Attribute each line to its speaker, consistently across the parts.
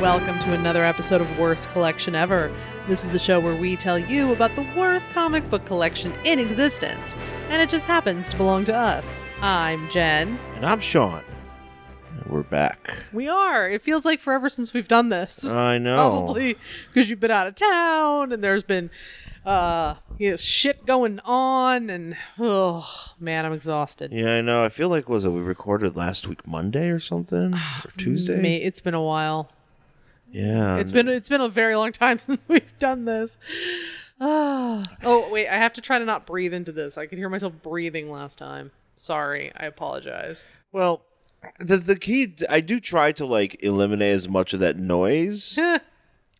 Speaker 1: Welcome to another episode of Worst Collection Ever. This is the show where we tell you about the worst comic book collection in existence, and it just happens to belong to us. I'm Jen.
Speaker 2: And I'm Sean. And we're back.
Speaker 1: We are. It feels like forever since we've done this.
Speaker 2: I know.
Speaker 1: Probably because you've been out of town and there's been uh you know, shit going on and oh man, I'm exhausted.
Speaker 2: Yeah, I know. I feel like was it we recorded last week Monday or something? Or Tuesday?
Speaker 1: Ah, May- It's been a while.
Speaker 2: Yeah.
Speaker 1: It's been it's been a very long time since we've done this. Ah. oh wait, I have to try to not breathe into this. I could hear myself breathing last time. Sorry, I apologize.
Speaker 2: well the the key I do try to like eliminate as much of that noise,
Speaker 1: yes,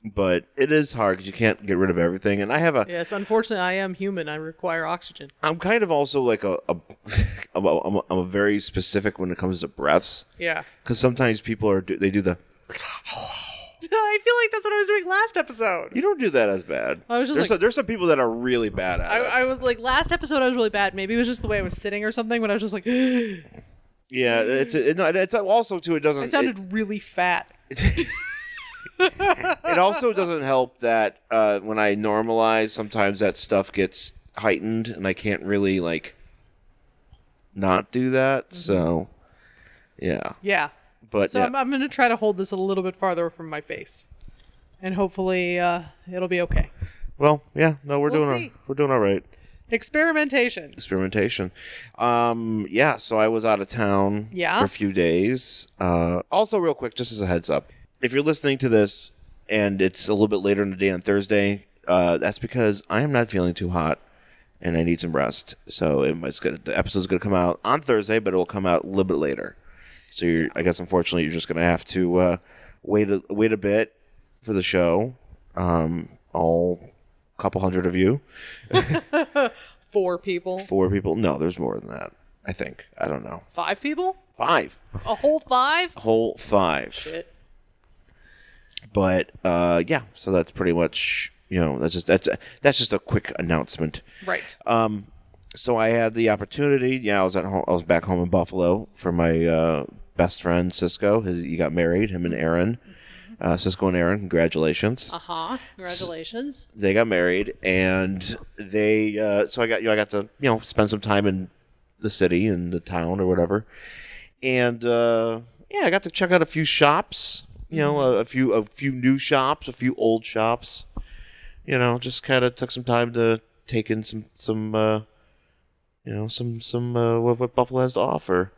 Speaker 2: but it is hard cuz you can't get rid of everything. And I have a
Speaker 1: unfortunately, I am human. I require oxygen.
Speaker 2: I'm kind of also like a, a I'm, a, I'm a I'm a very specific when it comes to breaths
Speaker 1: Yeah,
Speaker 2: cuz sometimes people are do, they do the
Speaker 1: I feel like that's what I was doing last episode.
Speaker 2: you don't do that as bad.
Speaker 1: I was just
Speaker 2: there's,
Speaker 1: like-
Speaker 2: some, there's some people that are really bad at
Speaker 1: I,
Speaker 2: it.
Speaker 1: I was like last episode. I was really bad. Maybe it was just the way I was sitting or something. But I was just like, I
Speaker 2: Yeah, it's it, no, it's also too. It doesn't.
Speaker 1: sounded really fat.
Speaker 2: it also doesn't help that uh, when I normalize, sometimes that stuff gets heightened, and I can't really like not do that. So, yeah,
Speaker 1: Yeah.
Speaker 2: but
Speaker 1: Mm-hmm. So
Speaker 2: yeah.
Speaker 1: I'm, I'm going to try to hold this a little bit farther from my face, and hopefully uh, it'll be okay.
Speaker 2: well, yeah, no, we're
Speaker 1: We'll
Speaker 2: doing
Speaker 1: see.
Speaker 2: all, we're doing all right.
Speaker 1: Experimentation.
Speaker 2: Experimentation, um, yeah. So I was out of town
Speaker 1: Yeah.
Speaker 2: for a few days. Uh, also, real quick, just as a heads up, if you're listening to this and it's a little bit later in the day on Thursday, uh, that's because I am not feeling too hot. and I need some rest. So it, it's gonna, the episode's going to come out on Thursday, but it will come out a little bit later. So you're, I guess unfortunately you're just going to have to uh, wait a, wait a bit for the show. Um, all couple hundred of you,
Speaker 1: Four people.
Speaker 2: four people. No, there's more than that. I think I don't know.
Speaker 1: Five people?
Speaker 2: Five
Speaker 1: A whole five?
Speaker 2: whole five.
Speaker 1: Shit.
Speaker 2: But uh, yeah, so that's pretty much you know that's just that's that's just a quick announcement.
Speaker 1: Right.
Speaker 2: so I had the opportunity. Yeah, I was at home. I was back home in Buffalo for my uh, best friend Cisco. His, he got married. Him and Aaron, uh, Cisco and Aaron. Congratulations.
Speaker 1: uh huh. Congratulations.
Speaker 2: They got married, and they. Uh, so I got you. Know, I got to you know spend some time in the city and the town or whatever, and uh, yeah, I got to check out a few shops. You know, a, a few a few new shops, a few old shops. You know, just kind of took some time to take in some some. Uh, you know some some uh, what, what Buffalo has to offer.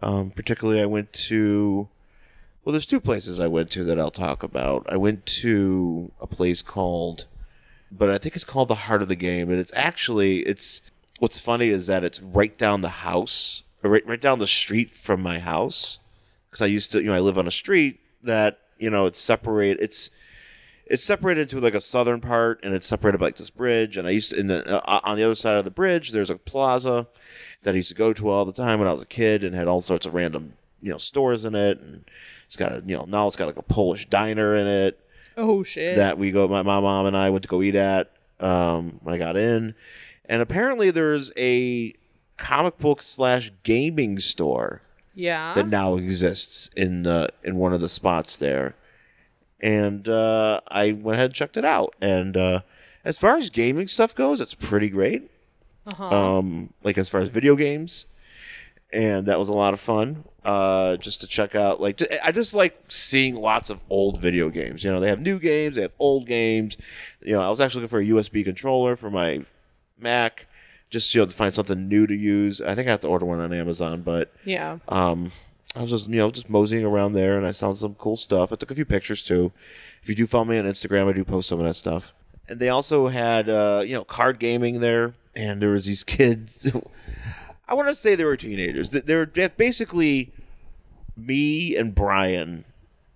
Speaker 2: Um, particularly, I went to well, there's two places I went to that I'll talk about. I went to a place called, but I think it's called the Heart of the Game, and it's actually it's what's funny is that it's right down the house, or right right down the street from my house, because I used to you know I live on a street that you know it's separate it's it's separated into like a southern part and it's separated by like this bridge and i used to in the uh, on the other side of the bridge there's a plaza that i used to go to all the time when i was a kid and had all sorts of random you know stores in it and it's got a you know now it's got like a polish diner in it
Speaker 1: Oh shit.
Speaker 2: that we go my, my mom and i went to go eat at um, when i got in and apparently there's a comic book slash gaming store
Speaker 1: yeah.
Speaker 2: that now exists in the in one of the spots there. And uh, I went ahead and checked it out. And uh, as far as gaming stuff goes, it's pretty great. Um, like as far as video games, and that was a lot of fun. Uh, just to check out, like ju- I just like seeing lots of old video games. You know, they have new games, they have old games. You know, I was actually looking for a USB controller for my Mac, just you know to find something new to use. I think I have to order one on Amazon, but
Speaker 1: yeah.
Speaker 2: um, I was just you know just moseying around there, and I saw some cool stuff. I took a few pictures too. If you do follow me on Instagram, I do post some of that stuff. And they also had uh, you know card gaming there, and there was these kids. I want to say they were teenagers. They- They're they're basically me and Brian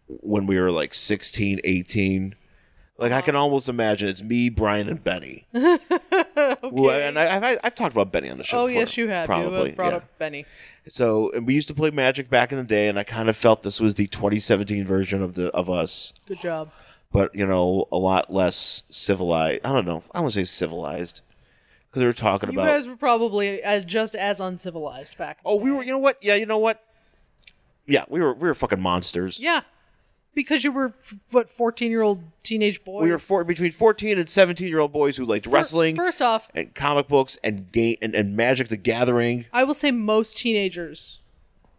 Speaker 2: when we were like 16, 18. Like I can almost imagine it's me, Brian, and Benny. Well, and I, I've, I've talked about Benny on the show.
Speaker 1: oh
Speaker 2: before,
Speaker 1: yes, you have. you
Speaker 2: Probably,
Speaker 1: have brought
Speaker 2: yeah.
Speaker 1: up Benny.
Speaker 2: So, and we used to play Magic back in the day, and I kind of felt this was the 2017 version of the of us,
Speaker 1: Good job.
Speaker 2: but you know, a lot less civilized. I don't know. I want to say civilized because they were talking
Speaker 1: You
Speaker 2: about.
Speaker 1: guys were probably as just as uncivilized back.
Speaker 2: oh, we were. You know what? Yeah, you know what? Yeah, we were. We were fucking monsters.
Speaker 1: Yeah. Because you were what fourteen year old teenage boy.
Speaker 2: We were four, between 14 and 17 year old boys who liked wrestling
Speaker 1: First off,
Speaker 2: and comic books and, ga- and and Magic the Gathering.
Speaker 1: I will say most teenagers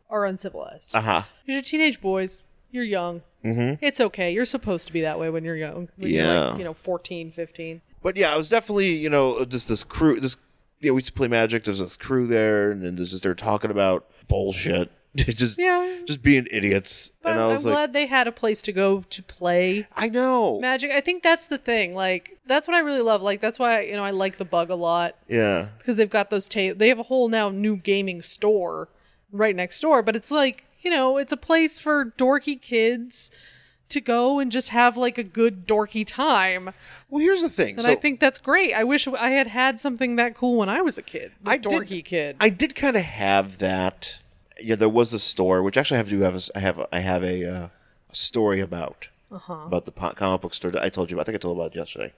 Speaker 1: are uncivilized.
Speaker 2: Uh huh.
Speaker 1: Because you're teenage boys, you're young. Mm-hmm. It's okay. You're supposed to be that way when you're young. When You're
Speaker 2: Yeah.
Speaker 1: like, you know, 14, 15.
Speaker 2: But yeah, I was definitely you know uh, just this crew. This you know we used to play Magic. There's this crew there, and then there's just they're talking about bullshit. just
Speaker 1: Yeah.
Speaker 2: just being idiots.
Speaker 1: But
Speaker 2: and
Speaker 1: I'm,
Speaker 2: I
Speaker 1: I'm
Speaker 2: was like,
Speaker 1: glad they had a place to go to play
Speaker 2: I know.
Speaker 1: magic. I think that's the thing. Like, that's what I really love. Like, that's why, you know, I like the bug a lot
Speaker 2: yeah.
Speaker 1: because they've got those tape. They have a whole now new gaming store right next door. But it's like, you know, it's a place for dorky kids to go and just have like a good dorky time.
Speaker 2: Well, here's the thing.
Speaker 1: And
Speaker 2: so
Speaker 1: I think that's great. I wish I had had something that cool when I was a kid. The
Speaker 2: I did-
Speaker 1: dorky kid.
Speaker 2: I did kind of have that. Yeah, there was a store, which actually I have to have. A, s- I have. A, I have a, uh, a story about
Speaker 1: Uh-huh.
Speaker 2: about the po- comic book store that I told you about. I think I told about it yesterday,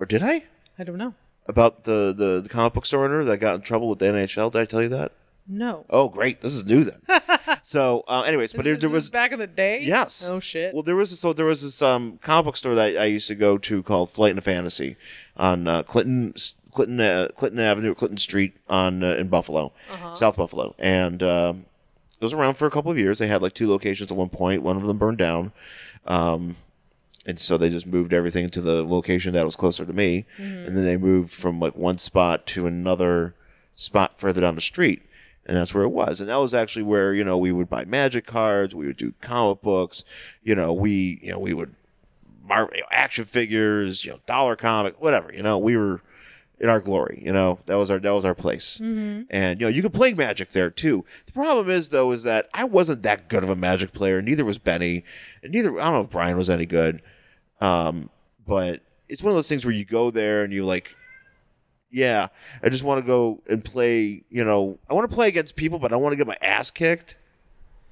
Speaker 2: or did I?
Speaker 1: I don't know.
Speaker 2: About the, the the comic book store owner that got in trouble with the NHL. Did I tell you that?
Speaker 1: No.
Speaker 2: Oh, great! This is new then. so, uh, anyways, but there,
Speaker 1: This
Speaker 2: there
Speaker 1: was
Speaker 2: was
Speaker 1: back in the day.
Speaker 2: Yes.
Speaker 1: Oh shit.
Speaker 2: Well, there was so there was this um, comic book store that I used to go to called Flight and Fantasy on uh, Clinton Clinton uh, Clinton Avenue, Clinton Street on uh, in Buffalo,
Speaker 1: Uh-huh.
Speaker 2: South Buffalo, and um, it was around for a couple of years. They had like two locations at one point. One of them burned down, um, and so they just moved everything to the location that was closer to me, and then they moved from like one spot to another spot further down the street and that's where it was and that was actually where you know we would buy magic cards we would do comic books you know we you know we would mar- you know, action figures you know dollar comic whatever you know we were in our glory you know that was our that was our place and you know you could play magic there too the problem is though is that i wasn't that good of a magic player neither was benny and neither i don't know if brian was any good um but it's one of those things where you go there and you like yeah, I just want to go and play. You know, I want to play against people, but I want to get my ass kicked.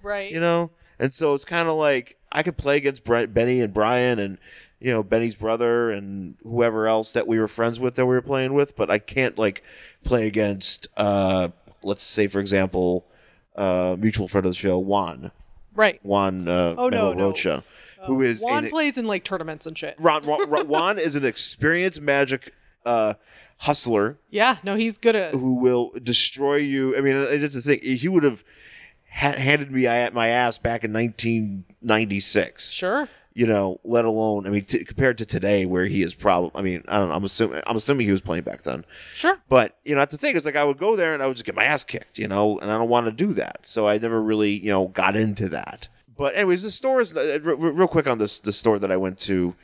Speaker 1: right.
Speaker 2: You know, and so it's kind of like I could play against Bre- Benny and Brian and you know Benny's brother and whoever else that we were friends with that we were playing with, but I can't like play against. uh Let's say, for example, uh mutual friend of the show, Juan
Speaker 1: right.
Speaker 2: Juan uh,
Speaker 1: Oh, no,
Speaker 2: Melo
Speaker 1: no.
Speaker 2: Rocha, who is
Speaker 1: Juan
Speaker 2: an-
Speaker 1: plays in like tournaments and shit.
Speaker 2: Ron, Ron, Ron- Juan is an experienced magic uh hustler
Speaker 1: Yeah. No, he's good at.
Speaker 2: who will destroy you. I mean, uh, that's the thing. He would have ha- handed me I- my ass back in 1996.
Speaker 1: Sure.
Speaker 2: You know, let alone I mean, t- compared to today, where he is probably. I mean, I don't know. I'm assuming. I'm assuming he was playing back then.
Speaker 1: Sure.
Speaker 2: But you know, that's the thing is like I would go there and I would just get my ass kicked, you know, and I don't want to do that. So I never really, you know, got into that. But anyways, the store is uh, re- re- real quick on this the store that I went to.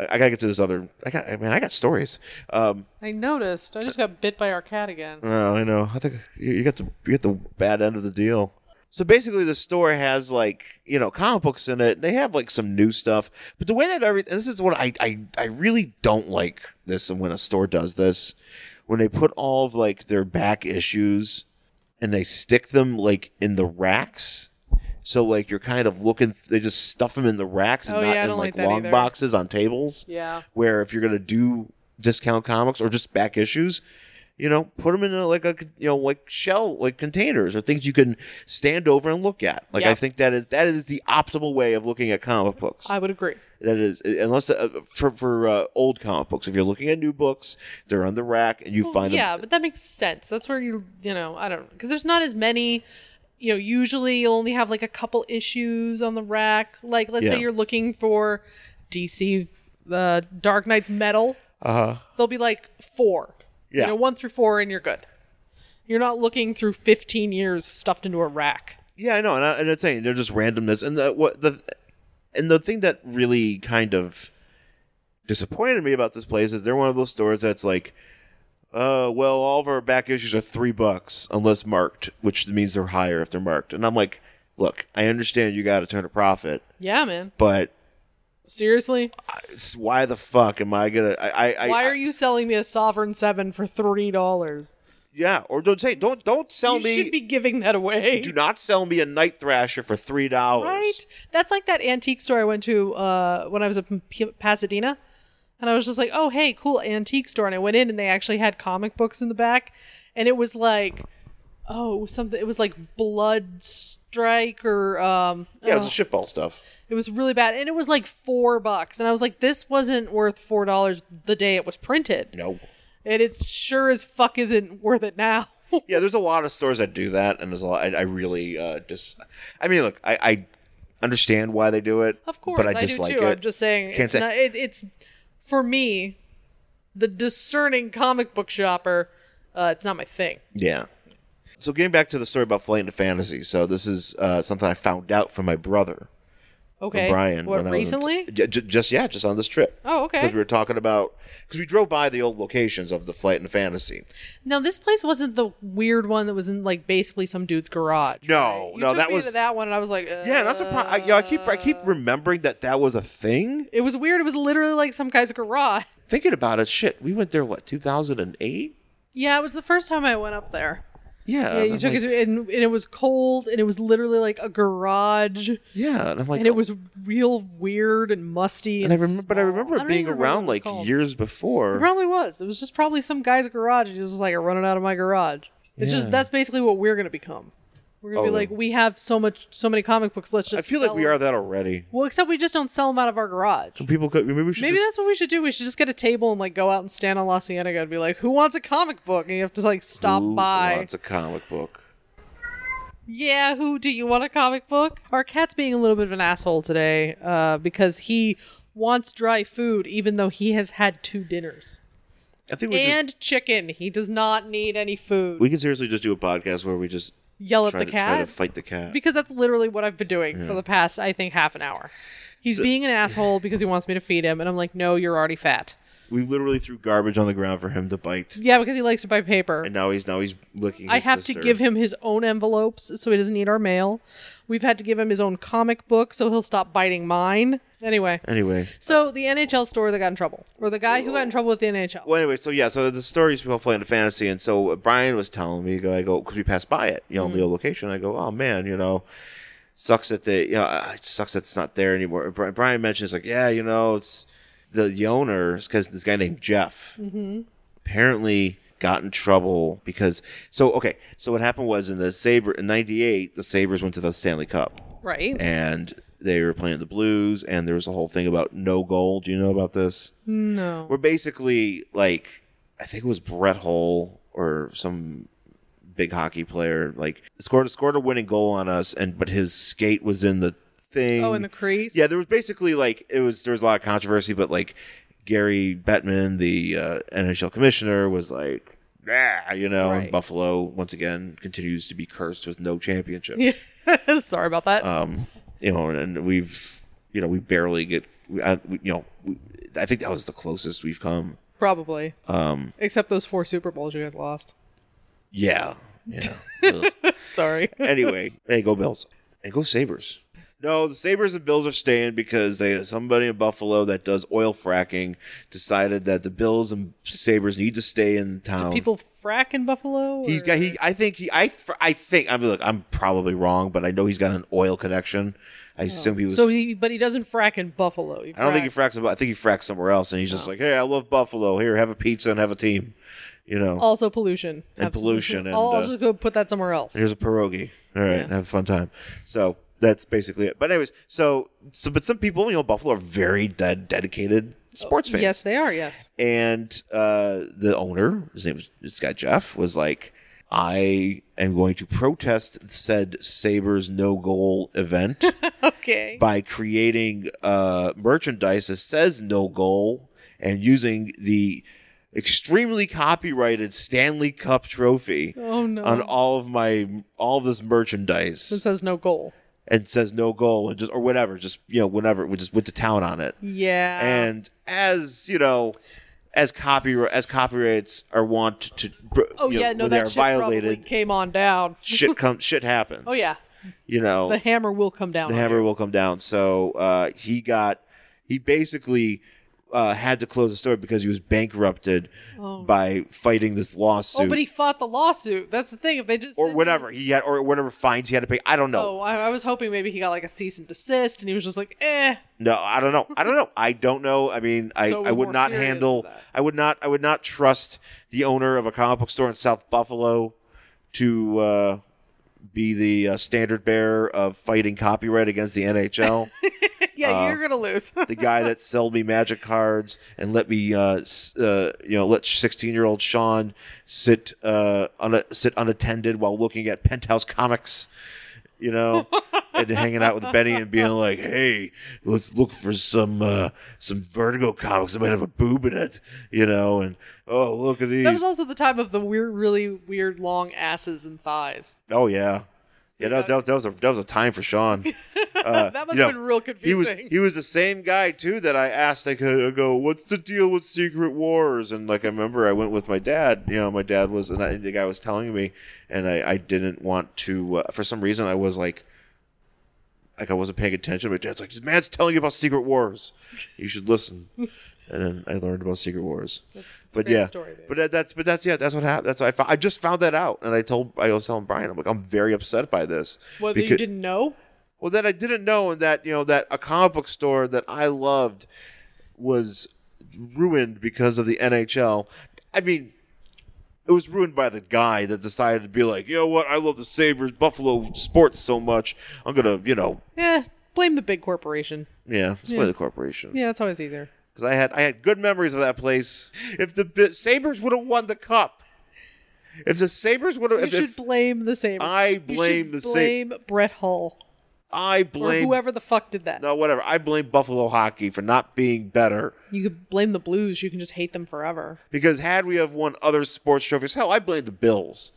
Speaker 2: I I gotta get to this other. I got. I mean, I got stories. Um,
Speaker 1: I noticed. I just got bit by our cat again.
Speaker 2: Oh, I know. I think you you got the you got the bad end of the deal. So basically, the store has like you know comic books in it. They have like some new stuff, but the way that every and this is what I I I really don't like this. And when a store does this, when they put all of like their back issues and they stick them like in the racks. So like you're kind of looking, they just stuff them in the racks and
Speaker 1: Oh,
Speaker 2: not
Speaker 1: yeah, I
Speaker 2: in
Speaker 1: don't
Speaker 2: like,
Speaker 1: like that
Speaker 2: long
Speaker 1: either.
Speaker 2: boxes on tables
Speaker 1: Yeah.
Speaker 2: where if you're gonna do discount comics or just back issues, you know, put them in a, like a you know like shell like containers or things you can stand over and look at. Like
Speaker 1: Yeah.
Speaker 2: I think that is that is the optimal way of looking at comic books.
Speaker 1: I would agree.
Speaker 2: that is unless uh, for for uh, old comic books. If you're looking at new books, they're on the rack and you find
Speaker 1: yeah,
Speaker 2: them.
Speaker 1: but that makes sense. That's where you, you know, I don't, because there's not as many. You know, usually you'll only have like a couple issues on the rack. Like, let's
Speaker 2: Yeah.
Speaker 1: say you're looking for DC uh, Dark Knight's Metal.
Speaker 2: Uh huh.
Speaker 1: They'll be like four.
Speaker 2: Yeah.
Speaker 1: You know, one through four, and you're good. You're not looking through 15 years stuffed into a rack.
Speaker 2: Yeah, I know, and, I, and I'm saying they're just randomness, and the what the, and the thing that really kind of disappointed me about this place is they're one of those stores that's like, uh, well, all of our back issues are three bucks unless marked, which means they're higher if they're marked, and I'm like, look, I understand you got to turn a profit,
Speaker 1: Yeah, man.
Speaker 2: but
Speaker 1: Seriously?
Speaker 2: s- why the fuck am I gonna? I, I,
Speaker 1: Why
Speaker 2: I
Speaker 1: are you selling me a Sovereign 7 for $3?
Speaker 2: yeah, or don't say, don't, don't sell
Speaker 1: You
Speaker 2: me.
Speaker 1: should be giving that away.
Speaker 2: do not sell me a night thrasher for three dollars.
Speaker 1: Right? That's like that antique store I went to uh, when I was up in P- Pasadena. And I was just like, oh, hey, cool antique store. And I went in and they actually had comic books in the back. And it was like oh something. It was like Blood Strike or um.
Speaker 2: Yeah,
Speaker 1: oh,
Speaker 2: it's the shitball stuff.
Speaker 1: it was really bad, and it was like four bucks, and I was like, this wasn't worth four dollars the day it was printed,
Speaker 2: No.
Speaker 1: and it sure as fuck isn't worth it now.
Speaker 2: Yeah, there's a lot of stores that do that, and there's a lot. I, I really uh, just. I mean, look, I, I understand why they do it.
Speaker 1: Of course,
Speaker 2: but I,
Speaker 1: I, do
Speaker 2: dislike
Speaker 1: too.
Speaker 2: it.
Speaker 1: I'm just saying
Speaker 2: Can't
Speaker 1: it's
Speaker 2: say-
Speaker 1: not. It, it's for me, the discerning comic book shopper. Uh, it's not my thing.
Speaker 2: Yeah. So getting back to the story about flight into fantasy. So this is uh, something I found out from my brother from
Speaker 1: Okay,
Speaker 2: Brian.
Speaker 1: What
Speaker 2: when I was in-
Speaker 1: recently?
Speaker 2: J- j- just yeah, just on this trip.
Speaker 1: oh, okay.
Speaker 2: Because we were talking about because we drove by the old locations of the flight into fantasy.
Speaker 1: Now this place wasn't the weird one that was in like basically some dude's garage.
Speaker 2: No,
Speaker 1: right? You
Speaker 2: no,
Speaker 1: took
Speaker 2: that
Speaker 1: me
Speaker 2: was-
Speaker 1: to that uh, one, and I was like, uh,
Speaker 2: Yeah, that's a pro- I, yeah, I keep I keep remembering that that was a thing.
Speaker 1: It was weird. It was literally like some guy's garage.
Speaker 2: Thinking about it, shit, we went there what 2008.
Speaker 1: Yeah, it was the first time I went up there.
Speaker 2: Yeah,
Speaker 1: Yeah,
Speaker 2: and
Speaker 1: you
Speaker 2: I'm
Speaker 1: took
Speaker 2: like-
Speaker 1: it to, and, and it was cold, and it was literally like a garage,
Speaker 2: Yeah, and I'm like,
Speaker 1: and it was real weird and musty.
Speaker 2: and I
Speaker 1: And,
Speaker 2: remember, but I
Speaker 1: small.
Speaker 2: remember
Speaker 1: don't
Speaker 2: it being
Speaker 1: even remember what it
Speaker 2: around
Speaker 1: was
Speaker 2: like
Speaker 1: called.
Speaker 2: years before.
Speaker 1: It probably was. It was just probably some guy's garage. And he was just like, I'm running out of my garage. It's
Speaker 2: Yeah.
Speaker 1: just that's basically what we're gonna become. We're gonna be
Speaker 2: Oh.
Speaker 1: like, we have so much, so many comic books. Let's
Speaker 2: I
Speaker 1: just.
Speaker 2: feel like
Speaker 1: sell
Speaker 2: we
Speaker 1: them."
Speaker 2: are that already.
Speaker 1: Well, except we just don't sell them out of our garage.
Speaker 2: People could maybe we should
Speaker 1: Maybe
Speaker 2: just,
Speaker 1: that's what we should do. We should just get a table and like go out and stand on La Cienega and be like, "Who wants a comic book?" And you have to like stop
Speaker 2: Who
Speaker 1: by.
Speaker 2: wants a comic book?
Speaker 1: Yeah, who do you want a comic book? Our cat's being a little bit of an asshole today uh, because he wants dry food, even though he has had two dinners
Speaker 2: I think we just,
Speaker 1: and chicken. He does not need any food.
Speaker 2: we can seriously just do a podcast where we just
Speaker 1: Yell at
Speaker 2: try
Speaker 1: the
Speaker 2: to, try to
Speaker 1: cat
Speaker 2: fight the cat.
Speaker 1: because that's literally what I've been doing for the past, I think, half an hour. He's being an asshole because he wants me to feed him, and I'm like, no, you're already fat.
Speaker 2: we literally threw garbage on the ground for him to bite,
Speaker 1: Yeah, because he likes to buy paper.
Speaker 2: and now he's now he's looking.
Speaker 1: I have to give him his own envelopes so he doesn't eat our mail. We've had to give him his own comic book so he'll stop biting mine. Anyway.
Speaker 2: anyway.
Speaker 1: So the NHL store that got in trouble, or the guy who got in trouble with the NHL.
Speaker 2: Well, anyway, so yeah, so the stories people play into fantasy, and so Brian was telling me, I go because we passed by it, you know, the old location. I go, oh man, you know, sucks that they, you know, uh, it sucks that it's not there anymore. Bri- Brian mentions like, yeah, you know, it's the, the owners because this guy named Jeff apparently got in trouble because so okay, so what happened was in the Saber in '98, the Sabers went to the Stanley Cup
Speaker 1: Right?
Speaker 2: and they were playing the Blues, and there was a whole thing about no goal. Do you know about this?
Speaker 1: No.
Speaker 2: We're basically like I think it was Brett Hull or some big hockey player like scored scored a winning goal on us and but his skate was in the thing.
Speaker 1: Oh, in the crease?
Speaker 2: Yeah, there was basically like it was there was a lot of controversy, but like Gary Bettman, the uh, NHL commissioner, was like, yeah, you know, and
Speaker 1: Right.
Speaker 2: Buffalo once again continues to be cursed with no championship
Speaker 1: Sorry about that.
Speaker 2: um, you know, and we've, you know, we barely get, we, I, we, you know, we, I think that was the closest we've come.
Speaker 1: Probably.
Speaker 2: Um,
Speaker 1: Except those four Super Bowls you guys lost.
Speaker 2: yeah, yeah.
Speaker 1: Sorry.
Speaker 2: anyway, hey, go Bills and go Sabers. No, the Sabers and Bills are staying because they somebody in Buffalo that does oil fracking decided that the Bills and Sabers need to stay in town.
Speaker 1: People frack in Buffalo?
Speaker 2: He's
Speaker 1: or-
Speaker 2: got he. I think he. I. fr- I think. I mean, look. I'm probably wrong, but I know he's got an oil connection. I assume he was.
Speaker 1: So he, but he doesn't frack in Buffalo.
Speaker 2: I don't think he fracks. I think he fracks somewhere else, and he's just like, "Hey, I love Buffalo. Here, have a pizza and have a team." You know,
Speaker 1: Also pollution.
Speaker 2: And pollution and,
Speaker 1: I'll, I'll
Speaker 2: uh,
Speaker 1: just go put that somewhere else.
Speaker 2: here's a pierogi. All right, have a fun time. So that's basically it. But anyways, so so but some people, you know, Buffalo are very dead, dedicated sports fans.
Speaker 1: Yes, they are. Yes.
Speaker 2: and uh, the owner, his name was this guy Jeff, was like, "I am going to protest said Sabers no goal event."
Speaker 1: Okay.
Speaker 2: by creating uh, merchandise that says no goal and using the extremely copyrighted Stanley Cup trophy
Speaker 1: Oh, no.
Speaker 2: on all of my all of this merchandise
Speaker 1: It says no goal.
Speaker 2: and says no goal and just or whatever just you know whenever we just went to town on it
Speaker 1: Yeah.
Speaker 2: and as you know as copyright as copyrights are wont to
Speaker 1: oh
Speaker 2: you know,
Speaker 1: yeah, no,
Speaker 2: when they
Speaker 1: that
Speaker 2: are
Speaker 1: shit
Speaker 2: violated
Speaker 1: probably came on down.
Speaker 2: shit comes shit happens
Speaker 1: Oh yeah,
Speaker 2: you know
Speaker 1: the hammer will come down.
Speaker 2: the
Speaker 1: on
Speaker 2: hammer will come down. So uh, he got he basically uh, had to close the store because he was bankrupted by fighting this lawsuit
Speaker 1: Oh, but he fought the lawsuit. That's the thing. If they just
Speaker 2: or
Speaker 1: said-
Speaker 2: whatever he had or whatever fines he had to pay. I don't know.
Speaker 1: Oh, I, I was hoping maybe he got like a cease and desist, and he was just like, eh.
Speaker 2: No, I don't know. I don't know. I don't know. I mean, I,
Speaker 1: So it was
Speaker 2: I would
Speaker 1: more
Speaker 2: not
Speaker 1: serious
Speaker 2: handle.
Speaker 1: than that.
Speaker 2: I would not. I would not trust the owner of a comic book store in South Buffalo to uh, be the uh, standard bearer of fighting copyright against the NHL.
Speaker 1: Yeah,
Speaker 2: Uh,
Speaker 1: you're gonna lose.
Speaker 2: the guy that sold me magic cards and let me, uh, s- uh, you know, let 16 year old Sean sit uh, un- sit unattended while looking at Penthouse Comics, you know, and hanging out with Benny and being like, "Hey, let's look for some uh, some Vertigo comics that might have a boob in it," you know, and oh look at these.
Speaker 1: that was also the time of the weird, really weird long asses and thighs.
Speaker 2: oh yeah. Yeah,
Speaker 1: that-
Speaker 2: that, that, was, that was a that was a time for Sean.
Speaker 1: that must
Speaker 2: you
Speaker 1: have
Speaker 2: know,
Speaker 1: been real
Speaker 2: he was
Speaker 1: confusing.
Speaker 2: he was the same guy too that I asked like uh, go what's the deal with Secret Wars and like I remember I went with my dad you know my dad was and I, the guy was telling me and I I didn't want to uh, for some reason I was like like I wasn't paying attention my dad's like this man's telling you about Secret Wars you should listen and then I learned about Secret Wars
Speaker 1: a
Speaker 2: but
Speaker 1: great
Speaker 2: yeah
Speaker 1: story, dude.
Speaker 2: but that, that's but that's yeah that's what happened that's what I found, I just found that out and I told I was telling Brian I'm like I'm very upset by this
Speaker 1: Whether you
Speaker 2: because-
Speaker 1: didn't know,
Speaker 2: well, then I didn't know that you know that a comic book store that I loved was ruined because of the NHL. I mean, it was ruined by the guy that decided to be like, you know what, I love the Sabers, Buffalo sports so much, I'm gonna, you know,
Speaker 1: yeah, Eh, blame the big corporation.
Speaker 2: yeah, it's the corporation
Speaker 1: Yeah, it's always easier.
Speaker 2: because I had I had good memories of that place. If the Bi- Sabers would have won the cup, if the Sabers would have,
Speaker 1: You
Speaker 2: if,
Speaker 1: should
Speaker 2: if
Speaker 1: blame the same.
Speaker 2: I
Speaker 1: you should
Speaker 2: blame the Sa-
Speaker 1: blame Brett Hull
Speaker 2: I
Speaker 1: or
Speaker 2: blame
Speaker 1: whoever the fuck did that.
Speaker 2: no whatever, I blame Buffalo hockey for not being better.
Speaker 1: You could blame the Blues. You can just hate them forever.
Speaker 2: Because had we have won other sports trophies, hell, I blame the Bills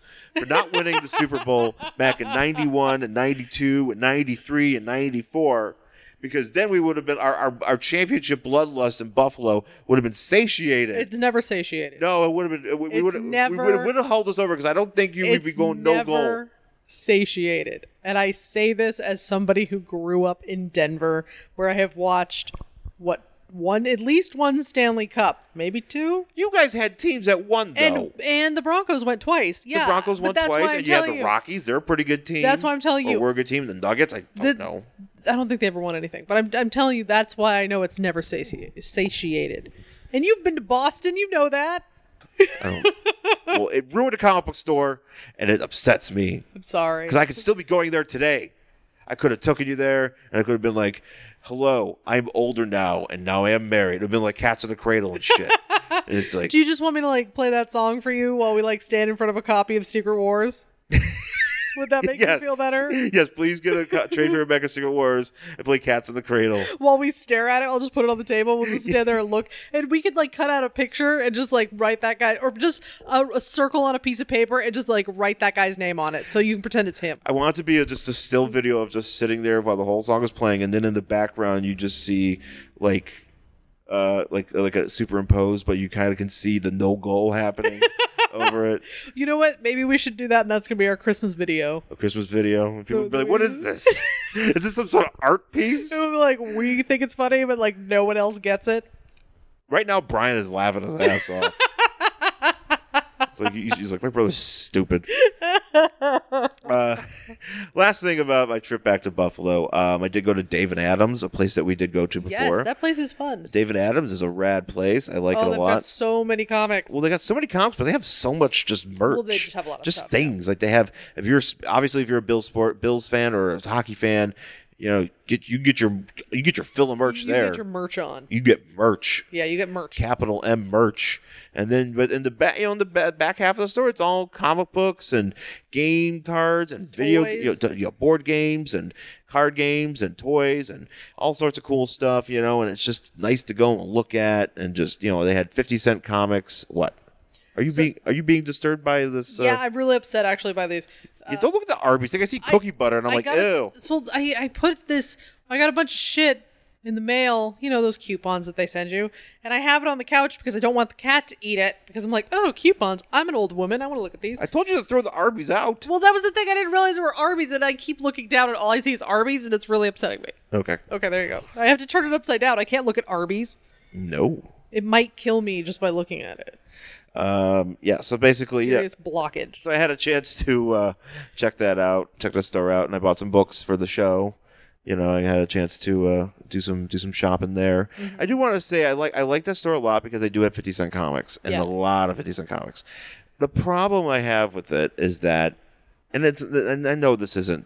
Speaker 2: for not winning the Super Bowl back in 91 and 92 and 93 and 94. Because then we would have been, our, our, our championship bloodlust in Buffalo would have been satiated.
Speaker 1: It's never satiated.
Speaker 2: no, it would have been, we- we
Speaker 1: It's
Speaker 2: would have,
Speaker 1: never-
Speaker 2: we would have, would have held us over because I don't think you would
Speaker 1: it's
Speaker 2: be going no
Speaker 1: never
Speaker 2: goal.
Speaker 1: satiated. And I say this as somebody who grew up in Denver, where I have watched what one, at least one Stanley Cup, maybe two,
Speaker 2: You guys had teams that won, though.
Speaker 1: and and the Broncos went twice. Yeah,
Speaker 2: the Broncos
Speaker 1: but
Speaker 2: won
Speaker 1: that's why
Speaker 2: twice,
Speaker 1: I'm
Speaker 2: and you had
Speaker 1: telling
Speaker 2: the Rockies. They're a pretty good team.
Speaker 1: That's why I'm telling
Speaker 2: Or
Speaker 1: you.
Speaker 2: we're a good team. The Nuggets, I don't
Speaker 1: The-
Speaker 2: know.
Speaker 1: I don't think they ever won anything, but I'm, I'm telling you that's why I know it's never satiated. satiated. And you've been to Boston, you know that.
Speaker 2: I don't. well, it ruined a comic book store, and it upsets me
Speaker 1: I'm sorry.
Speaker 2: because I could still be going there today. I could have taken you there, and I could have been like, "Hello, I'm older now, and now I am married." It'd have been like cats in the cradle and shit. and it's like,
Speaker 1: Do you just want me to like play that song for you while we like stand in front of a copy of Secret Wars? Would that make
Speaker 2: yes,
Speaker 1: you feel better?
Speaker 2: Yes, please get a co- trade for Rebecca Secret Wars and play Cats in the Cradle.
Speaker 1: While we stare at it, I'll just put it on the table. We'll just stand there and look, and we could like cut out a picture and just like write that guy, or just a, a circle on a piece of paper and just like write that guy's name on it, so you can pretend it's him.
Speaker 2: I want it to be a, just a still video of just sitting there while the whole song is playing, and then in the background you just see like, uh, like like a superimposed, but you kind of can see the no goal happening over it.
Speaker 1: You know what? Maybe we should do that, and that's gonna be our Christmas video.
Speaker 2: A Christmas video, and people
Speaker 1: So
Speaker 2: be like, "What is this? is this some sort of art piece?"
Speaker 1: It would be like we think it's funny, but like no one else gets it.
Speaker 2: Right now, Brian is laughing his ass off. It's like he's, he's like, "My brother's stupid." Uh, last thing about my trip back to Buffalo, um, I did go to Dave and Adams, a place that we did go to
Speaker 1: Yes,
Speaker 2: before.
Speaker 1: that place is fun.
Speaker 2: David Adams is a rad place. I like
Speaker 1: oh,
Speaker 2: it
Speaker 1: they've
Speaker 2: a lot.
Speaker 1: got so many comics.
Speaker 2: well, they got so many comics, but they have so much just merch.
Speaker 1: they just have a lot of
Speaker 2: just
Speaker 1: stuff, yeah.
Speaker 2: things like they have. If you're obviously if you're a Bills sport Bills fan or a hockey fan, you know get you get your you get your fill of merch
Speaker 1: you
Speaker 2: there.
Speaker 1: get your merch on.
Speaker 2: you get merch,
Speaker 1: Yeah, you get merch.
Speaker 2: capital M merch, and then but in the back you know in the ba- back half of the store, it's all comic books and game cards and video
Speaker 1: Toys.
Speaker 2: you know, t- you know, board games and card games and toys and all sorts of cool stuff. You know, and it's just nice to go and look at and just you know they had fifty cent comics. What are you being are you being disturbed by this?
Speaker 1: yeah,
Speaker 2: uh,
Speaker 1: I'm really upset actually by these.
Speaker 2: yeah, don't look at the Arby's. Like I see cookie butter and I'm
Speaker 1: I
Speaker 2: like,
Speaker 1: got,
Speaker 2: ew.
Speaker 1: So I, I put this. I got a bunch of shit in the mail. You know those coupons that they send you, and I have it on the couch because I don't want the cat to eat it. Because I'm like, oh, coupons. I'm an old woman. I want to look at these.
Speaker 2: I told you to throw the Arby's out.
Speaker 1: well, that was the thing. I didn't realize there were Arby's, and I keep looking down, and all I see is Arby's, and it's really upsetting me.
Speaker 2: Okay.
Speaker 1: Okay, there you go. I have to turn it upside down. I can't look at Arby's.
Speaker 2: No.
Speaker 1: It might kill me just by looking at it.
Speaker 2: Um. Yeah. So basically, yeah.
Speaker 1: Serious blockage.
Speaker 2: So I had a chance to uh, check that out, check the store out, and I bought some books for the show. You know, I had a chance to uh, do some do some shopping there.
Speaker 1: Mm-hmm.
Speaker 2: I do want to say I like I like that store a lot because they do have fifty cent comics and
Speaker 1: Yeah.
Speaker 2: a lot of fifty cent comics. The problem I have with it is that and it's and I know this isn't.